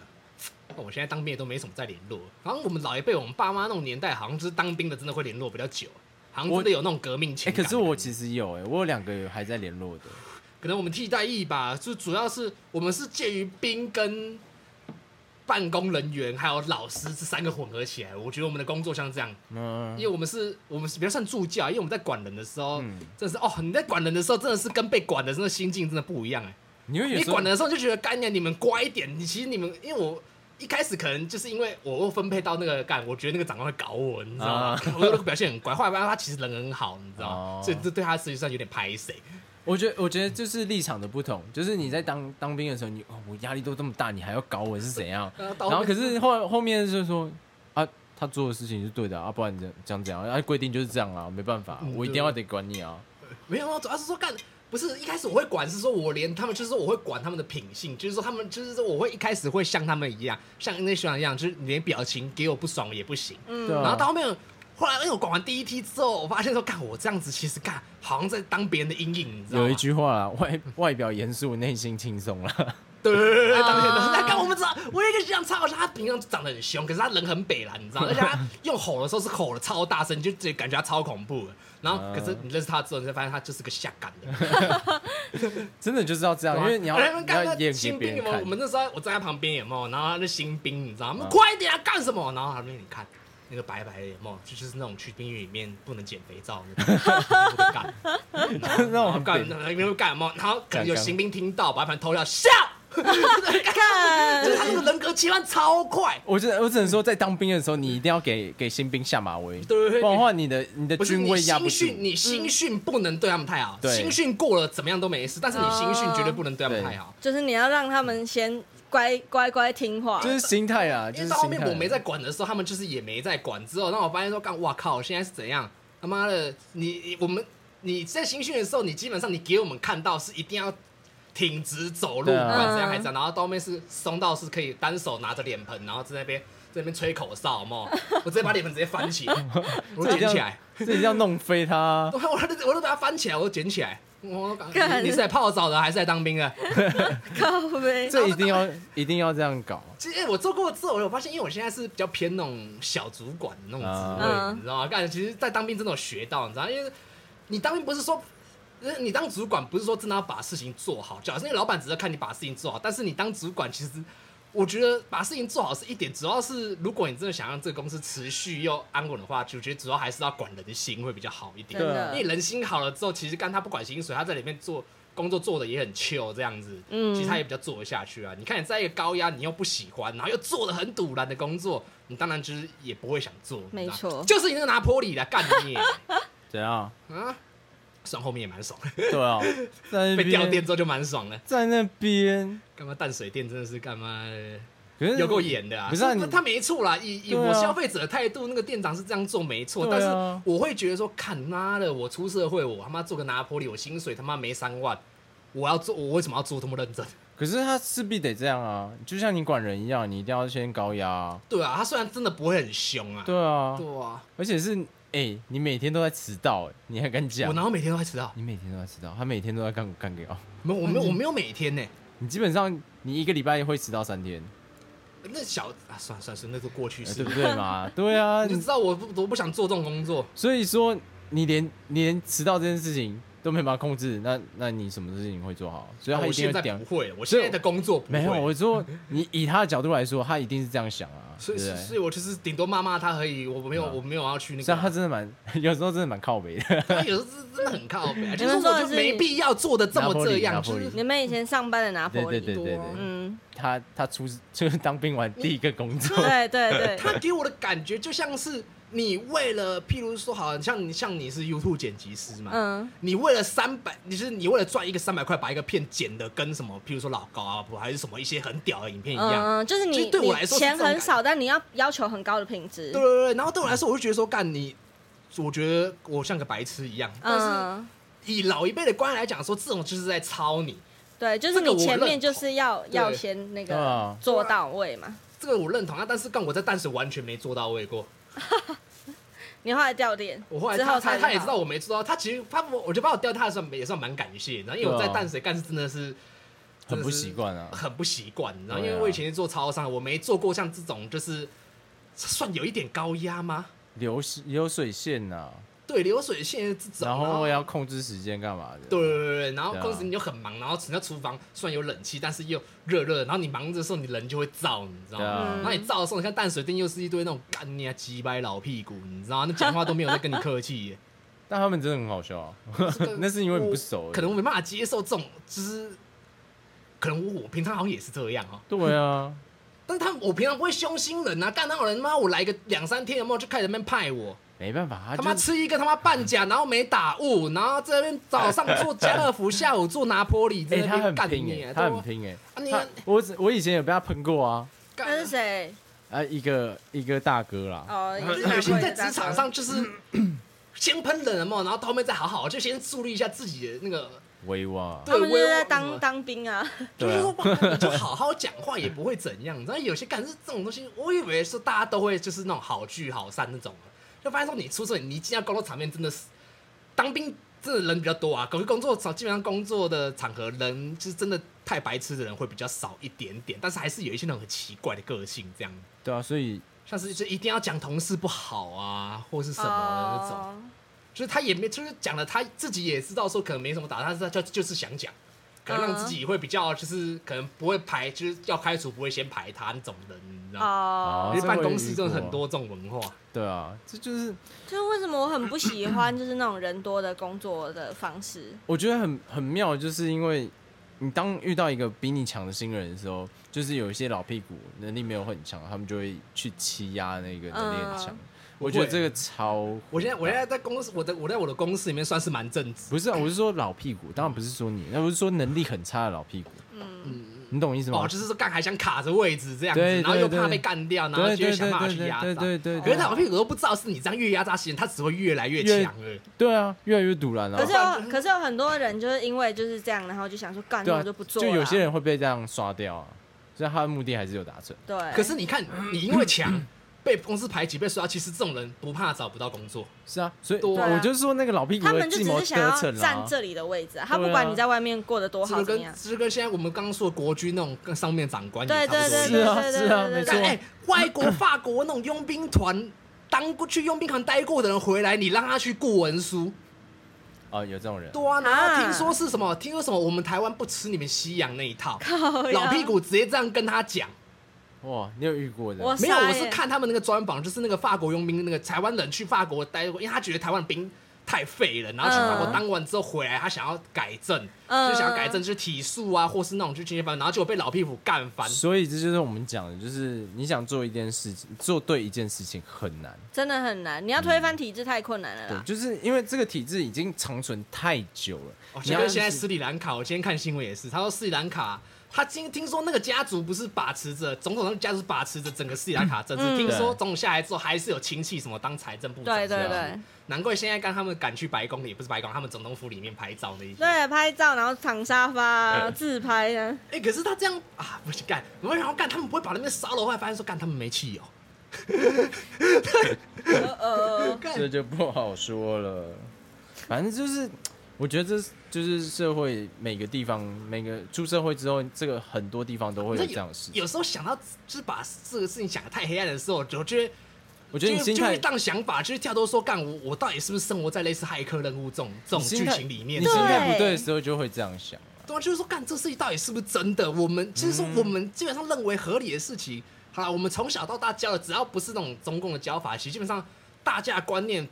S2: 我现在当兵也都没什么在联络。好像我们老一辈，我们爸妈那种年代，好像就是当兵的真的会联络比较久，好像真的有那种革命
S3: 哎、
S2: 情感。
S3: 可是我其实有哎、我有两个还在联络的。
S2: 可能我们替代役吧，就主要是我们是介于兵跟办公人员还有老师这三个混合起来。我觉得我们的工作像这样，
S3: 嗯
S2: 因，为我们是我们是比较算助教，因为我们在管人的时候，
S3: 嗯
S2: 真的是哦，你在管人的时候真的是跟被管的那个心境真的不一样哎、
S3: 你会有
S2: 你
S3: 时候
S2: 管的时候就觉得干呀，你们乖一点。你其实你们，因为我一开始可能就是因为我分配到那个干，我觉得那个长官会搞我，你知道吗？
S3: 啊
S2: 我那个表现很乖，后来发现他其实人很好，你知道吗？
S3: 哦
S2: 所以这对他实际上有点拍谁。
S3: 我觉得，我觉得就是立场的不同，就是你在当当兵的时候，你哦，我压力都这么大，你还要搞我是怎 样？
S2: 然
S3: 然后可是后后面就是说啊，他做的事情是对的啊，啊不然你这这样这样，啊规定就是这样啊，没办法，
S2: 嗯
S3: 我一定
S2: 对
S3: 要得管你啊。
S2: 没有啊，主要是说干。不是一开始我会管，是说我连他们，就是说我会管他们的品性，就是说他们，就是说我会一开始会像他们一样，像那些学长一样，就是你连表情给我不爽也不行。
S3: 对啊
S2: 嗯然后到后面，后来因为我管完第一梯之后，我发现说干我这样子其实干好像在当别人的阴影，你知道吗？
S3: 有一句话啊，外外表严肃，内心轻松啦。
S2: 对对对对，
S1: 啊
S2: 当然当然。但我们知道，我有一个学长超好笑，他平常长得很凶，可是他人很北蓝，你知道吗，而且他用吼的时候是吼的超大声，你就直接感觉他超恐怖的。然后，
S3: 啊
S2: 可是你认识他之后，你才发现他就是个下岗的。
S3: 真的就是要这样，因为你要
S2: 然后
S3: 你
S2: 啊哎干
S3: 要
S2: 那
S3: 演给
S2: 新
S3: 别
S2: 兵
S3: 人
S2: 有没有？我
S3: 看。
S2: 们那时候我站在旁边有没有？然后那新兵你知道吗？快一点啊，干什么？然后他说你看那个白白的有没有？就就是那种去兵营里面不能捡肥皂那种， 就会干。
S3: 那种很
S2: 干
S3: 扁，
S2: 那边干嘛？然后可能有刑兵听到，把他们偷 掉，笑。
S1: 看
S2: 就是他那个人格切换超快，
S3: 我只我只能说，在当兵的时候，你一定要给给新兵下马威，
S2: 对
S3: 不然的话，你的你的
S2: 不是
S3: 军
S2: 你
S3: 威压
S2: 新
S3: 不住。嗯
S2: 训，你新训不能对他们太好，
S3: 对啊
S2: 新训过了怎么样都没事，但是你新训
S1: 哦
S2: 绝对不能对他们太好。
S1: 就是你要让他们先乖乖乖听话，
S3: 就是心态啊，就
S2: 因为
S3: 是
S2: 到后
S3: 心
S2: 面
S3: 态。
S2: 我没在管的时候，他们就是也没在管。之后让我发现说，干，哇靠，现在是怎样？他妈的，你你我们你在新训的时候，你基本上你给我们看到是一定要挺直走路，
S3: 对
S2: 不
S3: 啊
S2: 管怎样还是怎样。然后到后面是松到是可以单手拿着脸盆，然后在那边在那边吹口哨，嘛， 我直接把脸盆直接 翻起来，我
S3: 这一定
S2: 捡
S3: 要
S2: 起来。
S3: 这一定要弄飞他啊。
S2: 我 我都我都把它翻起来，我都捡起来。我都
S1: 干
S2: 你你是来泡澡的还是来当兵的？
S1: 靠呗。
S3: 这一定要一定要这样搞。
S2: 其实我做过之后，我发现，因为我现在是比较偏那种小主管的那种职位，
S1: 啊
S2: 你知道吗？干，其实，在当兵真的有学到，你知道，因为你当兵不是说，呃你当主管不是说真的要把事情做好，就好像老板只是看你把事情做好，但是你当主管其实。我觉得把事情做好是一点，主要是如果你真的想让这个公司持续又安稳的话，就我觉得主要还是要管人的心会比较好一点。
S1: 真
S3: 对啊
S1: 的
S2: 因为，人心好了之后，其实干他不管薪水，他在里面做工作做的也很 chill 这样子，
S1: 嗯
S2: 其实他也比较做得下去啊。你看你在一个高压，你又不喜欢，然后又做的很堵然的工作，你当然就是也不会想做，你知道
S1: 没错
S2: 就是你那个拿坡里来干你也
S3: 怎样？
S2: 啊，算后面也蛮爽，
S3: 对啊，在那
S2: 被掉电
S3: 边，
S2: 之后就蛮爽了。
S3: 在那边，
S2: 干嘛淡水店真的是干嘛
S3: 可是
S2: 有够演的啊！
S3: 不是啊
S2: 这
S3: 你
S2: 他没错啦，以以
S3: 对啊
S2: 我消费者的态度，那个店长是这样做没错，
S3: 对
S2: 但
S3: 啊
S2: 是我会觉得说，看妈的，我出社会，我他妈做个拿破里，我薪水他妈没三万，我要做，我为什么要做这么认真？
S3: 可是他势必得这样啊，就像你管人一样，你一定要先高压、啊。
S2: 对啊，他虽然真的不会很凶啊，
S3: 对啊，
S2: 对啊，
S3: 而且是哎、你每天都在迟到、哎，你还敢
S2: 我
S3: 讲？
S2: 然后每天都在迟到，
S3: 你每天都在迟到，他每天都在干干给哦。
S2: 没有，我没有，我没有每天呢、
S3: 你基本上你一个礼拜会迟到三天，
S2: 那小啊，算了算了，算了那都过去
S3: 呃对
S2: 式
S3: 不，对 嘛？对啊，
S2: 你就
S3: 你
S2: 知道我不我不想做这种工作，
S3: 所以说你连你连迟到这件事情都没办法控制，那那你什么事情会做好？所以他一
S2: 我
S3: 定
S2: 现
S3: 会
S2: 在
S3: 掉
S2: 不。会，我现在的工作不会，
S3: 没有，我说你以他的角度来说，他一定是这样想啊，
S2: 所
S3: 对
S2: 以
S3: 不
S2: 所以所以
S3: 对？
S2: 我就是顶多骂骂他而已，我没有
S3: 对啊
S2: 我没有要去那
S3: 所以
S2: 个啊。
S3: 他真的蛮， 有时候真的蛮靠北的。
S2: 他有时候真的很靠北啊，
S1: 你
S2: 就是
S1: 们说
S2: 我
S1: 的
S2: 就是没必要做的这么这
S3: 拿
S2: 样，
S3: 破
S2: 就
S3: 里
S2: 是
S1: 你们以前上班的拿破里，
S3: 对对对对对
S1: 嗯，
S3: 他他出就是当兵完第一个工作，
S1: 对对对，
S2: 他给我的感觉就像是你为了，譬如说，好像你像你是 YouTube 剪辑师嘛，
S1: 嗯，
S2: 你为了三百，你是你为了赚一个三百块，把一个片剪的跟什么，譬如说老高啊，不还是什么一些很屌的影片一样，
S1: 嗯，就是
S2: 其
S1: 你
S2: 实对我来说
S1: 你
S2: 是
S1: 钱
S2: 这种
S1: 很少，但你要要求很高的品质
S2: 对。啊对对，然后对我来说，我就觉得说干你，我觉得我像个白痴一样，但是
S1: 嗯，
S2: 以老一辈的观念来讲说，这种就是在操你，
S1: 对，就是
S2: 这个
S1: 你
S2: 我
S1: 前
S2: 认
S1: 面就
S2: 同
S1: 是要要
S2: 对
S1: 先那
S3: 啊
S1: 个做到位嘛。
S2: 这个我认同啊。但是干我在淡水完全没做到位过，
S1: 你后来掉电，
S2: 我后来
S1: 之
S2: 他
S1: 后
S2: 他
S1: 才
S2: 他也知道
S1: 好，
S2: 我没做到，他其实他我我觉得把我调他的时候也算蛮感谢，然后因为我在
S3: 对啊
S2: 淡水干是真的是。
S3: 很不习惯啊
S2: 很不习惯。然后
S3: 对啊
S2: 因为我以前是做超商，我没做过像这种，就是算有一点高压吗？
S3: 流水流水线呐、
S2: 对，流水线这种，
S3: 然后要控制时间干嘛的？
S2: 对对对对，然后
S3: 对啊
S2: 公司你又很忙，然后整个厨房虽然有冷气，但是又热热的，然后你忙着的时候你人就会燥，你知
S3: 对
S2: 道吗？
S3: 啊
S1: 嗯
S2: 然后你燥的时候，你看淡水店又是一堆那种干你啊鸡掰老屁股，你知道吗？那讲话都没有在跟你客气耶，
S3: 但他们真的很好笑啊、
S2: 这 个
S3: 那是因为你
S2: 我
S3: 不熟而已
S2: 可能我没办法接受这种，就是可能我平常好像也是这样哦。
S3: 对啊，
S2: 但是他我平常不会凶新人啊，干他有人妈我来个两三天有没有就开始在那边派我，
S3: 没办法，他
S2: 他妈
S3: 啊就是
S2: 吃一个他妈半假，然后没打雾，然后在那边早上做家乐福，下午做拿坡里，在
S3: 哎、
S2: 那
S3: 他
S2: 边
S3: 很
S2: 干
S3: 拼
S2: 你
S3: 哎、
S2: 啊，
S3: 他
S2: 对
S3: 很
S2: 啊
S3: 拼哎、
S2: 啊你
S3: 他我只我以前有被他喷过啊，
S2: 干
S1: 那是谁？
S3: 啊一个一个大哥啦，
S2: 啊
S1: 哦，也是
S2: 有
S1: 拿
S2: 些
S1: 过来
S2: 人在
S1: 的大
S2: 职场
S1: 哥
S2: 上就是先喷人嘛，然后到后面再好好就先树立一下自己的那个
S3: 威哇，
S1: 他们就
S2: 对
S1: 是
S2: 我
S1: 在
S2: 我
S1: 当当兵啊，
S2: 就是
S3: 对
S2: 说
S3: 啊，
S2: 哇你就好好讲话也不会怎样。你 知道有些感是这种东西，我以为是大家都会就是那种好聚好散那种，就发现说你出社会，你进到工作场面真的是当兵真的人比较多啊，可是工作场基本上工作的场合人就是真的太白痴的人会比较少一点点，但是还是有一些那种很奇怪的个性这样。
S3: 对啊，所以
S2: 像是就一定要讲同事不好啊，或 是什么的那种
S1: 哦
S2: 就是他也没，就是讲了，他自己也知道说可能没什么打，但是他就就是想讲，可能让自己会比较就是可能不会排，就是要开除不会先排他那种人，你知
S1: 哦
S2: 道吗？
S1: 哦
S3: 啊
S2: 因为
S3: 这
S2: 办
S3: 我也
S2: 公室
S3: 遇
S2: 真的
S3: 过
S2: 很多这种文化，
S3: 对啊，这就是
S1: 就是为什么我很不喜欢就是那种人多的工作的方式，
S3: 我觉得很很妙，就是因为你当遇到一个比你强的新人的时候，就是有一些老屁股能力没有很强，他们就会去欺压那个能力很强。
S1: 嗯
S3: 我觉得这个超，
S2: 我现在我现在在公司，我的我在我的公司里面算是蛮正直，
S3: 不是、啊，我是说老屁股，当然不是说你，那我是说能力很差的老屁股。嗯，你懂我意思吗？
S2: 哦，就是说干还想卡着位置这样子，
S3: 对对
S2: 然后又怕
S3: 对
S2: 被干掉，然后
S3: 对
S2: 就会
S3: 对
S2: 想
S3: 对
S2: 办法
S3: 对
S2: 去压
S3: 对
S2: 榨。哦
S3: 对对
S2: 可是
S3: 对，
S2: 他老屁股都不知道是你这样越压榨新人，他只会越来越
S3: 越
S2: 强而已。
S3: 对啊，越来越堵然了、
S1: 可是
S2: 不然
S1: 有可是有很多人就是因为就是这样，然后就想说干，
S3: 对
S1: 那
S3: 啊，
S1: 我就不做
S3: 就
S1: 了啊，
S3: 有些人会被这样刷掉啊，所以他的目的还是有达成。
S1: 对，
S2: 可是你看，你因为 强被公司排挤被刷，其实这种人不怕找不到工作。
S3: 是啊，所以
S2: 对
S1: 啊
S3: 我就是说那个老屁股
S1: 他
S3: 的
S1: 们就
S3: 计
S1: 只
S3: 谋
S1: 是想要
S3: 得逞了、
S1: 占
S3: 啊。
S1: 这里的位置啊，他
S3: 对
S1: 不
S3: 啊
S1: 管你在外面过得多
S2: 这
S1: 好
S2: 个
S1: 怎么
S2: 跟
S1: 样，
S2: 这个跟现在我们刚刚说的国军那种跟上面长官也
S1: 对对
S2: 差不多
S1: 对
S2: 意
S3: 是
S1: 对
S2: 思。
S3: 啊
S1: 对
S3: 是啊
S1: 对对
S3: 没
S1: 对
S3: 错
S2: 但哎，外国法国那种佣兵团当过去佣兵团待过的人回来，你让他去顾文书，
S3: 哦，有这种人，
S2: 对啊。然后
S1: 啊
S2: 听说是什么？听说什么？我们台湾不吃你们西洋那一套，
S1: 对
S2: 老屁，股直接这样跟他讲。
S3: 哇，你有遇过的？
S1: 我
S2: 没有，
S1: 傻
S2: 我是
S1: 眼
S2: 看他们那个专访，就是那个法国佣兵，那个台湾人去法国待过，因为他觉得台湾兵太废了，然后去法国
S1: 嗯
S2: 当完之后回来，他想要改正，
S1: 嗯
S2: 就想要改正，就是体术啊，或是那种去军械班，然后结果被老屁股干翻。
S3: 所以这就是我们讲的，就是你想做一件事情，做对一件事情很难。
S1: 真的很难，你要推翻体制太困难了
S3: 对，
S1: 啦。
S3: 就是因为这个体制已经长存太久了。
S2: 哦，
S3: 你
S2: 就
S3: 要
S2: 跟现在
S3: 是
S2: 斯里兰卡，我今天看新闻也是，他说斯里兰卡，他今听说那个家族不是把持着总统那个家族把持着整个斯里兰卡政治，听说
S3: 对
S2: 总统下来之后还是有亲戚什么当财政部长，
S1: 对对
S3: 啊
S1: 对
S2: 难怪现在刚他们赶去白宫也不是白宫，他们总统府里面拍照那一些。
S1: 对，拍照然后躺沙发
S3: 呃
S1: 啊自拍啊，
S2: 哎、可是他这样啊，不行干，我然后干，他们不会把那边烧了，后来发现说干他们没哦汽油，
S1: 呃 呃，
S2: 干
S3: 这就不好说了。反正就是，我觉得这是就是社会每个地方，每个出社会之后，这个很多地方都会有
S2: 这
S3: 这样的事情。
S2: 有时候想到就是把这个事情想的太黑暗的时候，我觉得
S3: 我觉
S2: 就
S3: 得你
S2: 就
S3: 心
S2: 会
S3: 态，
S2: 让想法就是跳脱说干我我到底是不是生活在类似骇客任务这种这种
S3: 你心
S2: 剧
S3: 态
S2: 情里面？
S3: 你心态
S1: 对
S3: 不对的时候，就会这样想啊。
S2: 对啊，就是说干这事情到底是不是真的？我们就是说我们基本上认为合理的事情，好了，我们从小到大教的，只要不是那种中共的教法，其实基本上大家的观念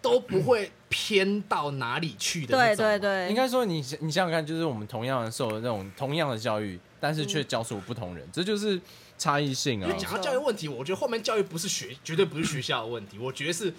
S2: 都不会偏到哪里去的那
S1: 对
S2: 种。
S1: 对对，
S3: 应该说你，你想想看，就是我们同样的受那种同样的教育，但是却教出不同人，这就是差异性
S2: 嗯因为
S3: 啊。
S2: 讲到教育问题，我觉得后面教育不是学，绝对不是学校的问题，我觉得是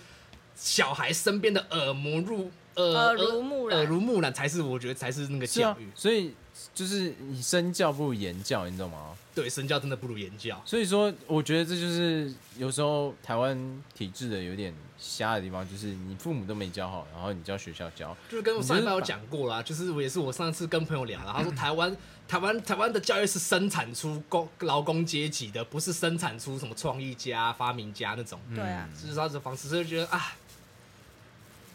S2: 小孩身边的耳濡目耳
S1: 耳濡目染
S2: 呃耳濡目染才是我觉得才是那个
S3: 是啊
S2: 教育。，
S3: 所以就是你身教不如言教，你懂吗？
S2: 对，身教真的不如言教。
S3: 所以说，我觉得这就是有时候台湾体制的有点瞎的地方，就是你父母都没教好，然后你叫学校 教，
S2: 就是跟我上一班有讲过啦，就是我也是我上次跟朋友聊啦，他说台湾 台湾台湾的教育是生产出工劳工阶级的，不是生产出什么创意家、发明家那种，
S3: 嗯
S1: 对啊，
S2: 就是他的方式，所以就觉得啊，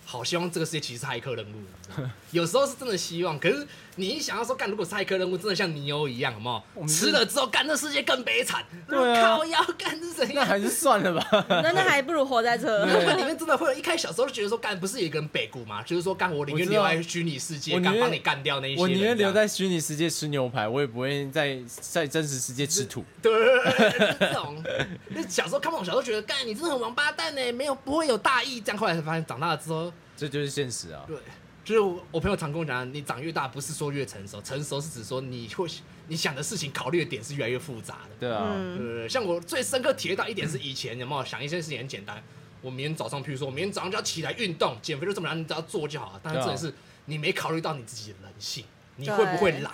S2: 好希望这个世界其实是骇客任务，你 知道吗有时候是真的希望，可是你一想要说干，如果是骇客任务真的像尼欧一样，有没有？
S3: 们
S2: 吃了之后干，这世界更悲惨，
S3: 对啊
S2: 靠腰干是怎
S3: 那
S2: 样？
S3: 还是算了吧。
S1: 那那还不如活在
S2: 那
S1: 这。
S2: 本里面真的会有一开始小时候就觉得说干不是有一个人北顾吗？就是说干我宁愿
S3: 我知道
S2: 留在虚拟世界，
S3: 我宁
S2: 干
S3: 愿
S2: 帮你干掉那一些人。
S3: 我宁愿
S2: 这
S3: 留
S2: 样
S3: 在虚拟世界吃牛排，我也不会在在真实世界吃土。
S2: 对这种。那小时候看不懂，小时候觉得干你真的很王八蛋呢，没有不会有大义。这样后来才发现长大了之后，
S3: 这就是现实啊！
S2: 对，就是我我朋友常跟我讲，你长越大不是说越成熟，成熟是指说你会你想的事情考虑的点是越来越复杂的。
S3: 对啊，
S1: 嗯，
S2: 呃，像我最深刻体会到一点是，以前有没有想一件事情很简单，我明天早上，譬如说我明天早上就要起来运动，减肥就这么难，你只要做就好了。但是
S3: 对啊
S2: 重点是，你没考虑到你自己的人性，你会不会
S1: 对
S2: 懒？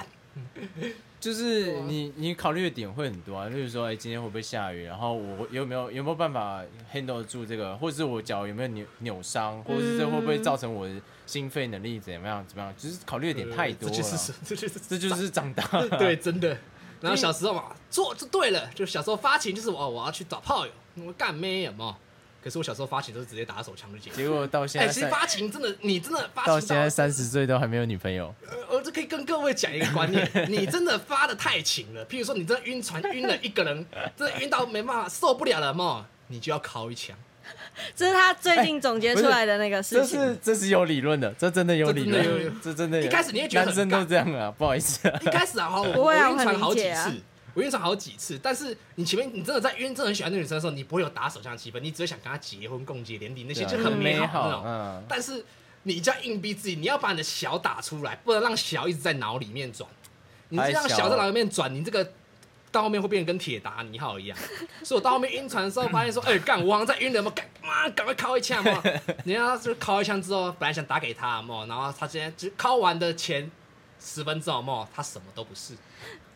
S3: 就是
S2: 对啊
S3: 你你考虑的点会很多啊，例如说，哎、今天会不会下雨？然后我有没有有没有办法 handle 得住这个，或者是我脚有没有扭扭伤，或者是这会不会造成我的心肺能力怎么样怎么样？就是考虑的点太多
S2: 这
S3: 了，
S2: 就是这就是
S3: 这就是长大。
S2: 对，真的。然后小时候嘛，做就对了，就小时候发情就是我，我要去找炮友，我干妹有没有？可是我小时候发情都是直接打手枪就结束。
S3: 结果到现
S2: 哎、
S3: 在
S2: 其实
S3: 三、
S2: 发情真的，你真的发情
S3: 到现在三十岁都还没有女朋友，
S2: 呃，我这可以跟各位讲一个观念，你真的发的太勤了。譬如说，你真的晕船晕了一个人，真的晕到没办法受不了了嘛，你就要敲一枪。
S1: 这是他最近总结出来的那个
S3: 这
S1: 事情。
S3: 是这是有理论的，这真的有理
S2: 这真的有
S3: 论，这真的有。
S2: 一开始你会觉得
S3: 男
S2: 很
S3: 生
S2: 尬
S3: 都这样啊，不好意思、啊。
S2: 一开始 啊，好我
S1: 不会啊
S2: 我
S1: 我
S2: 晕
S1: 很
S2: 船
S1: 理
S2: 好几
S1: 解啊
S2: 次，我晕船好几次。但是你前面你真的在晕，真的很喜欢那个女生的时候，你不会有打手枪的气氛，你只会想跟她结婚共结连理那些，就很美
S3: 美
S2: 好那
S3: 好，
S2: 种。
S3: 嗯，
S2: 但是你就要硬逼自己，你要把你的小打出来，不能让小一直在脑里面转。你这样小在脑里面转，你这个到后面会变得跟铁达尼号一样。所以我到后面晕船的时候，发现说，哎、干，我好像在晕了嘛，干，妈，赶快敲一枪嘛。人家就敲一枪之后，本来想打给他嘛，然后他今天就敲完的前十分钟嘛，他什么都不是。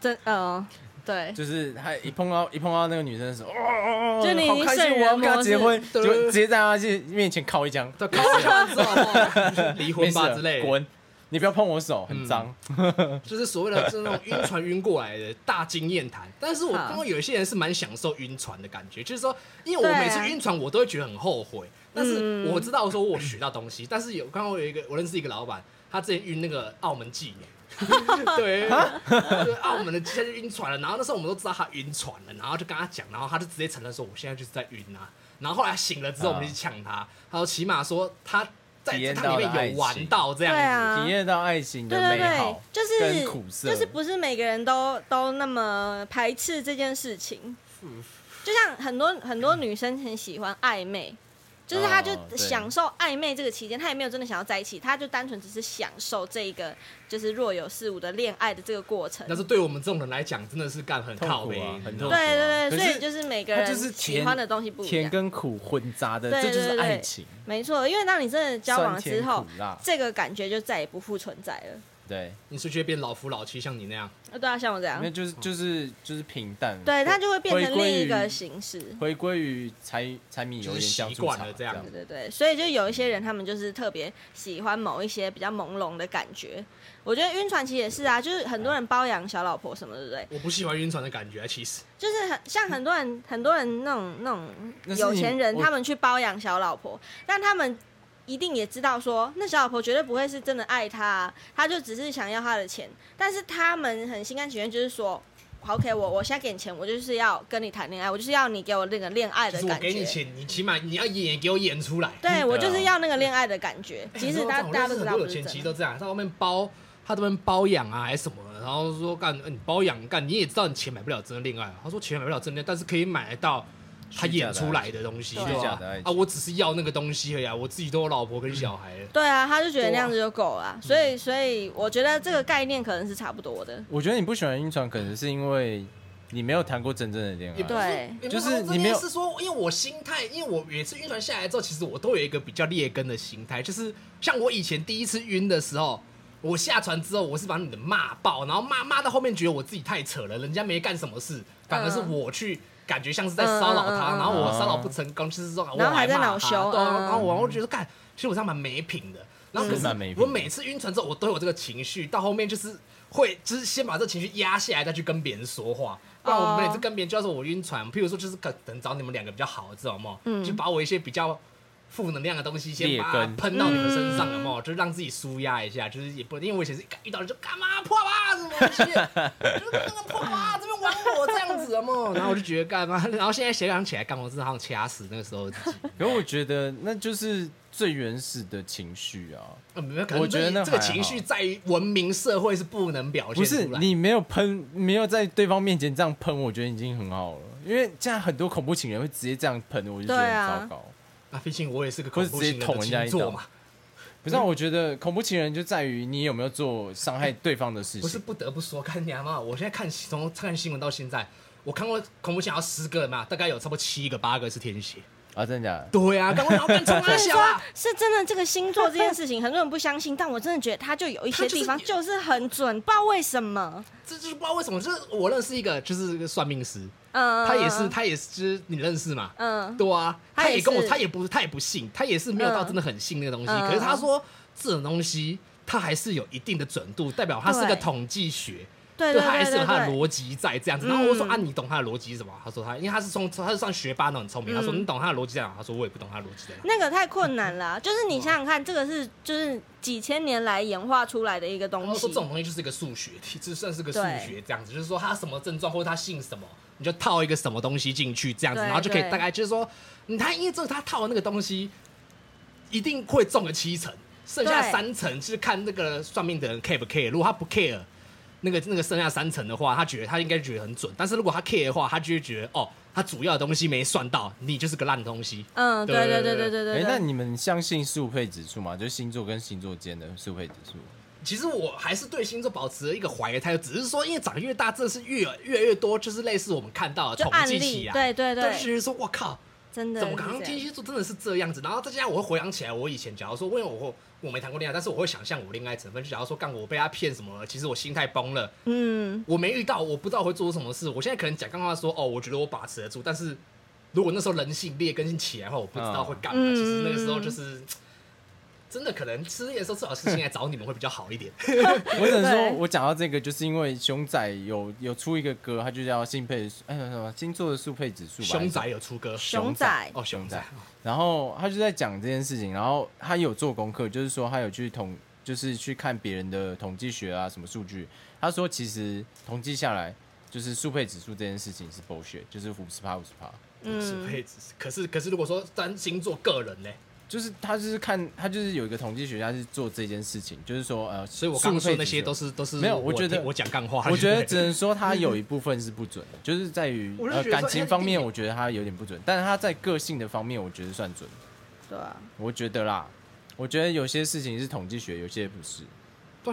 S1: 真呃，对，
S3: 就是他一碰到一碰到那个女生的时候，哦哦哦，
S1: 就你已经
S3: 好开心，
S1: 圣人
S3: 我要跟她
S1: 模式
S3: 结婚，
S2: 对
S3: 就直接在她面面前靠一枪，
S2: 他敲完之后嘛，离
S3: 没
S2: 婚
S3: 事
S2: 吧
S3: 了
S2: 之类的。嗯
S3: 滚！你不要碰我手，很脏。
S2: 就是所谓 的就是那种晕船晕过来的大经验谈。但是我刚刚有一些人是蛮享受晕船的感觉，就是说，因为我
S1: 对啊嗯
S2: 每次晕船我都会觉得很后悔，但是我知道说我学到东西。但是有刚刚我有一个我认识一个老板，他之前晕那个澳门妓 女。对，就是澳门的他就晕船了，然后那时候我们都知道他晕船了，然后就跟他讲，然后他就直接承认说我现在就是在晕啊，然后后来醒了之后我们就去呛他，他说起码说他在
S3: 体验
S2: 他
S3: 到
S2: 里
S3: 了
S2: 面有
S3: 爱
S2: 玩
S3: 情
S2: 到这样子，
S1: 对啊
S3: 体验到爱情的
S1: 对对
S3: 美
S1: 对
S3: 好，，
S1: 就是
S3: 跟苦涩，
S1: 就是不是每个人都都那么排斥这件事情。就像很多很多女生很喜欢暧昧，就是她就
S3: 哦对
S1: 享受暧昧这个期间，她也没有真的想要在一起，她就单纯只是享受这一个就是若有似无的恋爱的这个过程。
S2: 但是对我们这种人来讲，真的是干很
S3: 痛
S2: 靠
S3: 苦
S2: 背
S3: 啊，，很
S2: 你知
S3: 痛苦
S2: 道吗
S1: 对
S3: 啊。
S1: 对对，
S3: 可
S1: 所以
S3: 是
S1: 就是每个
S3: 它就
S1: 人
S3: 是
S1: 喜欢的东西不一
S3: 甜
S1: 样。
S3: 跟苦混杂的，
S1: 对
S3: 这就
S1: 对
S3: 是
S1: 对
S3: 爱情。
S1: 没错，因为当你真的交往了
S3: 酸甜
S1: 之后
S3: 苦辣，
S1: 这个感觉就再也不复存在了。
S3: 对，
S2: 你是不是会变老夫老妻，像你那样，
S1: 呃对啊，像我这样
S3: 那，就是就是就是平淡。
S1: 对，它就会变
S3: 回
S1: 成
S3: 归
S1: 另一个
S3: 于
S1: 形式。
S3: 回归于柴柴米油
S2: 就
S3: 盐
S2: 是习
S3: 酱醋
S2: 惯
S3: 茶
S2: 了这样
S1: 对对对，所以就有一些人，他们就是特别喜欢某一些比较朦胧的感觉。我觉得晕船其实也是啊，就是很多人包养小老婆什么的，对不对？
S2: 我不喜欢晕船的感觉啊，其实
S1: 就是很像很多人，很多人那种那种
S3: 那是
S1: 有
S3: 你
S1: 钱人，
S3: 我
S1: 他们去包养小老婆，但他们一定也知道说，那小老婆绝对不会是真的爱他、啊，他就只是想要他的钱。但是他们很心甘情愿，就是说，OK，我我现在给你钱，我就是要跟你谈恋爱，我就是要你给我那个恋爱
S2: 就
S1: 的
S2: 是我
S1: 感觉。
S2: 给你钱，你起码你要演也给我演出来。
S1: 对我就
S3: 对
S1: 是
S3: 啊
S1: 要那个恋爱的感觉，
S2: 哎
S1: 即
S2: 你
S1: 使
S2: 知道
S1: 大
S2: 吗
S1: 大家都
S2: 我
S1: 知
S2: 认识很
S1: 道
S2: 多
S1: 不
S2: 有
S1: 是
S2: 钱其
S1: 真
S2: 实
S1: 的。
S2: 都这样，在外面包，他这边包养啊还是什么的，然后说干、呃你包养干，你也知道你钱买不了真的恋爱啊，他说钱买不了真的恋爱，但是可以买得到。他演出来的东西，
S1: 虚假
S2: 对
S1: 的爱情虚
S2: 吧
S3: 假的爱？情
S2: 啊，我只是要那个东西而已啊，我自己都有老婆跟小孩了。
S1: 对啊，他就觉得那样子就够了啊、所
S2: 嗯
S1: 以所以我觉得这个概念可能是差不多的。
S3: 我觉得你不喜欢晕船，可能是因为你没有谈过真正的恋
S2: 也
S3: 爱
S2: 不。是
S1: 对
S2: 也不
S3: 就是
S2: 说这
S3: 你没
S2: 边
S3: 有
S2: 是说，因为我心态，因为我每次晕船下来之后，其实我都有一个比较劣根的心态，就是像我以前第一次晕的时候，我下船之后，我是把你的骂爆，然后骂骂到后面觉得我自己太扯了，人家没干什么事，反而是
S1: 嗯
S2: 我去。感觉像是在骚扰他，
S1: 嗯嗯嗯嗯
S2: 然后我骚扰不成功，就是说我
S1: 然后还在
S2: 骂
S1: 恼
S2: 他
S1: 羞
S2: 对啊
S1: 嗯
S2: 然后我我觉得干，其实我这样蛮没品的。然后可
S3: 是蛮没
S2: 是
S3: 品的
S2: 我每次晕船之后，我都有这个情绪，到后面就是会就是先把这情绪压下来，再去跟别人说话。不然我每次
S1: 哦
S2: 跟别人就要说我晕船，譬如说就是可能找你们两个比较好，知道吗？
S1: 嗯
S2: 就把我一些比较负能量的东西先
S3: 劣
S2: 把它
S3: 根
S2: 喷到你们
S1: 嗯
S2: 身上，有没有？就是让自己舒压一下，就是也不因为我以前是遇到人就干嘛破吧，什么东西，就是那个破吧，这边玩我这样子，有没有？然后我就觉得干嘛，然后现在回想起来，干嘛我真的好想掐死那个时候的自己。
S3: 可我觉得那就是最原始的情绪啊，
S2: 呃没有，可能
S3: 我觉得
S2: 这
S3: 那
S2: 这个
S3: 还好
S2: 情绪在于文明社会是不能表现
S3: 不是
S2: 出来的。
S3: 你没有喷，没有在对方面前这样喷，我觉得已经很好了。因为现在很多恐怖情人会直接这样喷，我就觉得
S1: 对啊
S3: 很糟糕。
S2: 啊，毕竟我也是个恐怖
S3: 或是直接
S2: 情人
S3: 捅
S2: 的
S3: 人家
S2: 星
S3: 一
S2: 座
S3: 刀
S2: 嘛，
S3: 不是、啊，我觉得恐怖情人就在于你有没有做伤害对方的事情。
S2: 不是不得不说，看你阿妈，我现在看从看新闻到现在，我看过恐怖想要十个嘛，大概有差不多七个八个是天蝎。
S3: 啊，真的假的？
S2: 对啊，刚我想要干冲
S1: 所
S2: 他
S1: 以
S2: 笑
S1: 说
S2: 啊，
S1: 是真的，这个星座这件事情，很多人不相信，但我真的觉得它就有一些地方
S2: 它就
S1: 就
S2: 是
S1: 是很准，不知道为什么。
S2: 这就是不知道为什么，就是我认识一个就是个算命师，
S1: 嗯，
S2: 他也是他也是就是你认识嘛，
S1: 嗯，
S2: 对啊，
S1: 他
S2: 他
S1: 也
S2: 也跟我
S1: 是
S2: 他也不他也不信，他也是没有到
S1: 嗯
S2: 真的很信那个东西，
S1: 嗯
S2: 可是他说这种东西。他还是有一定的准度，代表他是个
S1: 对
S2: 统计学，
S1: 对
S2: 就
S1: 对
S2: 他还
S1: 对
S2: 是有
S1: 对
S2: 他的
S1: 对，
S2: 逻辑在这样子。然后我说、
S1: 嗯
S2: 啊，你懂他的逻辑是什么？他说他，因为他是从他是上学霸那种很聪明。他说
S1: 嗯
S2: 你懂他的逻辑在哪？他说我也不懂他的逻辑在哪。
S1: 那个太困难 了啊、就是你想想看，这个是就是几千年来演化出来的一个
S2: 然
S1: 东
S2: 后
S1: 西
S2: 说哦这。种东西就是一个数学题，这算是个数
S1: 对
S2: 学这样子，就是说他什么症状或者他姓什么，你就套一个什么东西进去这样子，
S1: 对
S2: 然后就可以
S1: 对
S2: 大概就是说，你他因为这个他套的那个东西，一定会中个七成，剩下
S1: 对
S2: 三成是看那个算命的人 care 不 care。如果他不 care，那个那个剩下三成的话，他觉得他应该觉得很准，但是如果他 care 的话，他就会觉得哦，他主要的东西没算到，你就是个烂东西。
S1: 嗯，对对对
S2: 对对
S1: 对
S2: 对
S1: 对
S3: 哎、
S1: 对。
S3: 那你们相信速配指数吗？就是星座跟星座间的速配指数。
S2: 其实我还是对星座保持了一个怀疑的态度，只是说因为长得越大，真的是越越来越多，就是类似我们看到的
S1: 就
S2: 统
S1: 案
S2: 计
S1: 例
S2: 起，来，
S1: 对对
S2: 啊但是
S1: 对，
S2: 觉得说我靠，
S1: 真的
S2: 怎么
S1: 是
S2: 可能
S1: 这
S2: 天
S1: 样
S2: 蝎座真的是这样子？然后再加上我会回想起来，我以前假如说，因为我会我没谈过恋爱，但是我会想象我恋爱成分，就假如说干我被他骗什么了，其实我心态崩了，
S1: 嗯，
S2: 我没遇到，我不知道我会做出什么事。我现在可能讲干话说，哦，我觉得我把持得住，但是如果那时候人性劣根性起来的话，哦我不知道会干嘛。
S1: 嗯
S2: 其实那个时候就是。真的可能失恋的时候，最好是先来找你们会比较好一点。
S3: 我只能
S1: 对
S3: 说，我讲到这个，就是因为熊仔有有出一个歌，他就叫星配，哎什么星座的速配指数吧。
S2: 熊仔有出歌，
S1: 熊仔
S2: 哦，熊仔，
S3: 然后他就在讲这件事情，然后他有做功课，就是说他有去统，就是去看别人的统计学啊什么数据。他说其实统计下来，就是速配指数这件事情是 bullshit，就是五十趴五十趴。
S2: 不哦是
S1: 嗯
S2: 配置。可是可是，如果说单星座个人呢？
S3: 就是他就是看他就是有一个统计学家是做这件事情，就是说呃，
S2: 所以我刚刚说的
S3: 速配
S2: 那
S3: 指
S2: 些
S3: 数
S2: 都是都是
S3: 没有
S2: 我
S3: 我觉得
S2: 听我讲干话。
S3: 我觉得
S2: 对不
S3: 只
S2: 对
S3: 能说他有一部分是不准的，就是在于
S2: 我是
S3: 呃
S2: 觉得说
S3: 感情方面，
S2: 哎你
S3: 我觉得他有点不准，但是他在个性的方面，我觉得算准，
S1: 对 啊，
S3: 我觉得啦，我觉得有些事情是统计学，有些不是。
S2: 对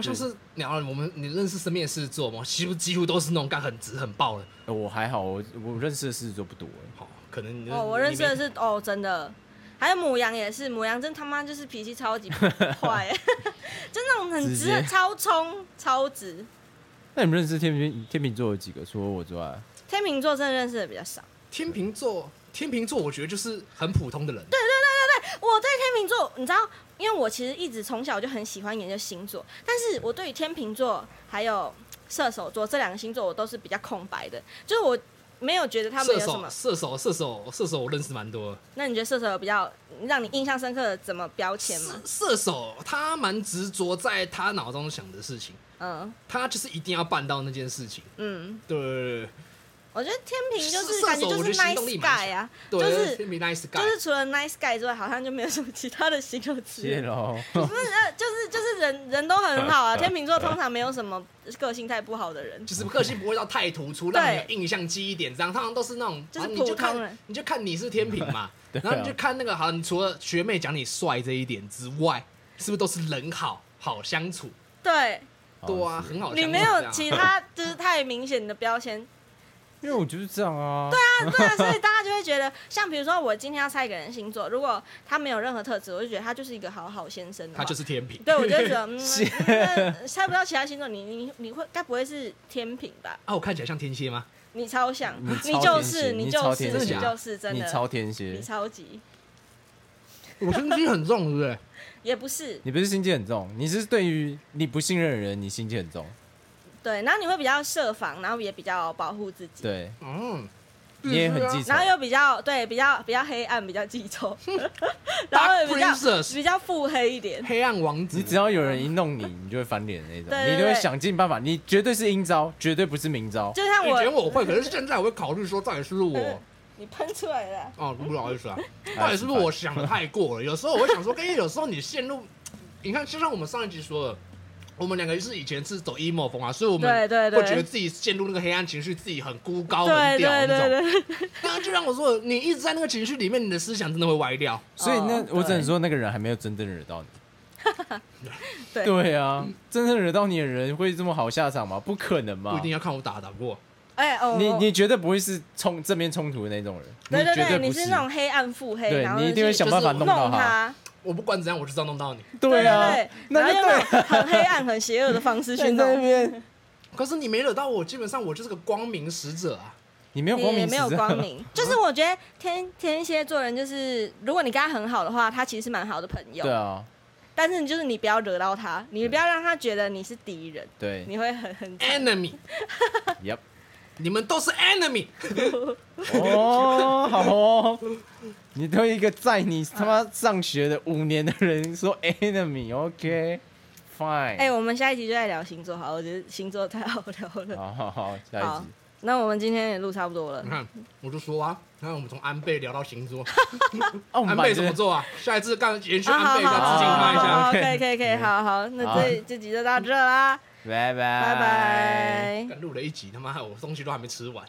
S3: 嗯
S2: 啊，像是聊我们你认识身边的狮子座吗？几乎几乎都是那种干很直很爆的。
S3: 呃我还好，我我认识的狮子座不多，
S2: 好，可能你
S1: 哦，我认识的
S2: 你
S1: 是哦，真的，还有母羊也是，母羊真他妈就是脾气超级坏， 就那种很
S3: 直
S1: 直
S3: 接
S1: 的、超冲、超直。
S3: 那你们认识天秤天秤座有几个？除了我之外，
S1: 天秤座真的认识的比较少。
S2: 天秤座，天秤座我觉得就是很普通的人。
S1: 我对天秤座，你知道，因为我其实一直从小就很喜欢研究星座，但是我对于天秤座还有射手座这两个星座，我都是比较空白的，就是我没有觉得他们
S2: 射
S1: 有什么
S2: 手，。射手，射手，射手，我认识蛮多的。
S1: 那你觉得射手有比较让你印象深刻的怎么标签
S2: 射
S1: 吗？
S2: 射手他蛮执着在他脑中想的事情，
S1: 嗯
S2: 他就是一定要办到那件事情。
S1: 嗯，
S2: 对对
S1: 我觉得天秤就是
S2: 射手
S1: 感觉就
S2: 我
S1: 是
S2: 觉得行动
S1: nice
S2: 力蛮
S1: guy 啊，
S2: 对，
S1: 就
S2: 对
S1: 是
S2: 天秤 nice guy，
S1: 就是除了 nice guy 之外，好像就没有什么其他的形容词。
S3: 谢喽。
S1: 不是，呃，啊就是就是人人都很好啊。天秤座通常没有什么个性太不好的人。
S2: 就是个性不会到太突出，
S1: 对
S2: 让你有印象记忆点这样，通常都是那种，
S1: 就是
S2: 啊你
S1: 普
S2: 就
S1: 通人
S2: 看你就看你是天平嘛，
S3: 对啊
S2: 然后你就看那个好，你除了学妹讲你帅这一点之外，是不是都是人好好相处？
S1: 对
S3: 好
S2: 对啊，
S3: 哦是
S2: 很好相处这
S1: 你
S2: 样。
S1: 没有其他就是太明显的标签。
S3: 因为我就是这样啊。对
S1: 对啊，所以大家就会觉得，像比如说我今天要猜一个人星座，如果他没有任何特质，我就觉得他就是一个好好先生的话。
S2: 他就是天平。
S1: 对，我就会觉得，嗯，那猜不到其他星座，你你你会该不会是天平吧？
S2: 啊，我看起来像天蝎吗？
S1: 你超像，
S3: 你超
S1: 就
S3: 天
S1: 是
S3: 蝎你
S1: 就
S3: 超
S1: 是
S3: 天
S1: 你
S2: 蝎
S1: 就是真
S3: 你
S1: 的，
S3: 超天
S1: 你
S3: 蝎，
S1: 超级
S2: 我心机很重，对不对？
S1: 也不是
S3: 你不是心机很重，你是对于你不信任的人，你心机很重。
S1: 对，然后你会比较设防，然后也比较保护自己，
S3: 对，
S2: 嗯，
S3: 你也很记仇
S1: 然。后又比较对比较比较黑暗，比较记 仇，然后也比较
S2: Dark princess
S1: 比较腹黑一 点。
S2: 黑暗王子，
S3: 你只要有人一弄你，你就会翻脸的那种，
S1: 对对
S3: 你就会
S1: 对
S3: 想尽办法，你绝对是阴招，绝对不是明招。
S1: 就像
S2: 以前
S1: 我，
S2: 我会，可是现在我会考虑说，到底是不是我
S1: 你喷出来了，
S2: 哦，不好意思啊，
S1: 哎
S2: 到底是不是我想的太过了？有时候我会想说，跟有时候你陷入，你看，就像我们上一集说的，我们两个是以前是走 emo 风啊，所以我们
S1: 对对对
S2: 会觉得自己陷入那个黑暗情绪，自己很孤高
S1: 对
S2: 很屌
S1: 对
S2: 那
S1: 对
S2: 种。
S1: 对。
S2: 但就像我说的，你一直在那个情绪里面，你的思想真的会歪掉。
S3: 所以那、
S1: 哦
S3: 我只能说，那个人还没有真正惹到你。
S1: 对
S3: 对啊，真正惹到你的人会这么好下场吗？不可能
S2: 不
S3: 嘛
S2: 一定！要看我打打不过，
S1: 哎、哦，
S3: 你
S1: 我
S3: 你绝对不会是冲正面冲突的那种人，
S1: 对对
S3: 绝
S1: 对，你
S3: 对不
S1: 是那种黑暗腹黑，
S3: 对
S1: 然后
S3: 你一
S1: 就
S3: 定会
S1: 是
S3: 想办法
S1: 弄
S3: 弄到他。
S1: 他。
S2: 我不管怎样，我就是要弄到你。
S1: 对
S3: 啊
S1: 对，，然
S3: 那
S1: 后
S3: 就
S1: 用
S3: 对
S1: 那种很黑暗、很邪恶的方 式去
S3: 你在那
S1: 弄，
S3: 边，
S2: 可是你没惹到我，基本上我就是个光明使者啊。
S3: 你 没有光
S1: 你也
S3: 明，
S1: 没有光。 明。就是我觉得天天蝎座人，就是如果你跟他很好的话，他其实是蛮好的朋友
S3: 对。啊，
S1: 但是你就是你不要惹到他，你不要让他觉得你是敌人，
S3: 对
S1: 你会很很惨。
S2: Enemy，
S3: ，Yep。
S2: 你们都是 enemy。
S3: 哦，好哦， 你对一个在你他妈上学的五年的人说 enemy，OK，fine、
S1: 哎、我们下一集就在聊星座，好，我觉得星座太好聊了。
S3: 好好好，下一
S1: 好
S3: 集。
S1: 那我们今天也录差不多了
S2: 你。看，我就说啊，你看我们从安倍聊到星座，
S3: 哦，我
S2: 安
S3: 们
S2: 倍
S3: 把
S2: 怎么做啊？下一次干延续
S1: 啊，好
S2: 安倍的
S1: 好
S2: 致敬
S1: 好
S2: 他一
S1: 好
S2: 下。
S1: 好，可以可以可以，好好，那这这集就到这啦，
S3: 拜拜
S1: 拜拜。
S2: 干录了一集，他妈我东西都还没吃完。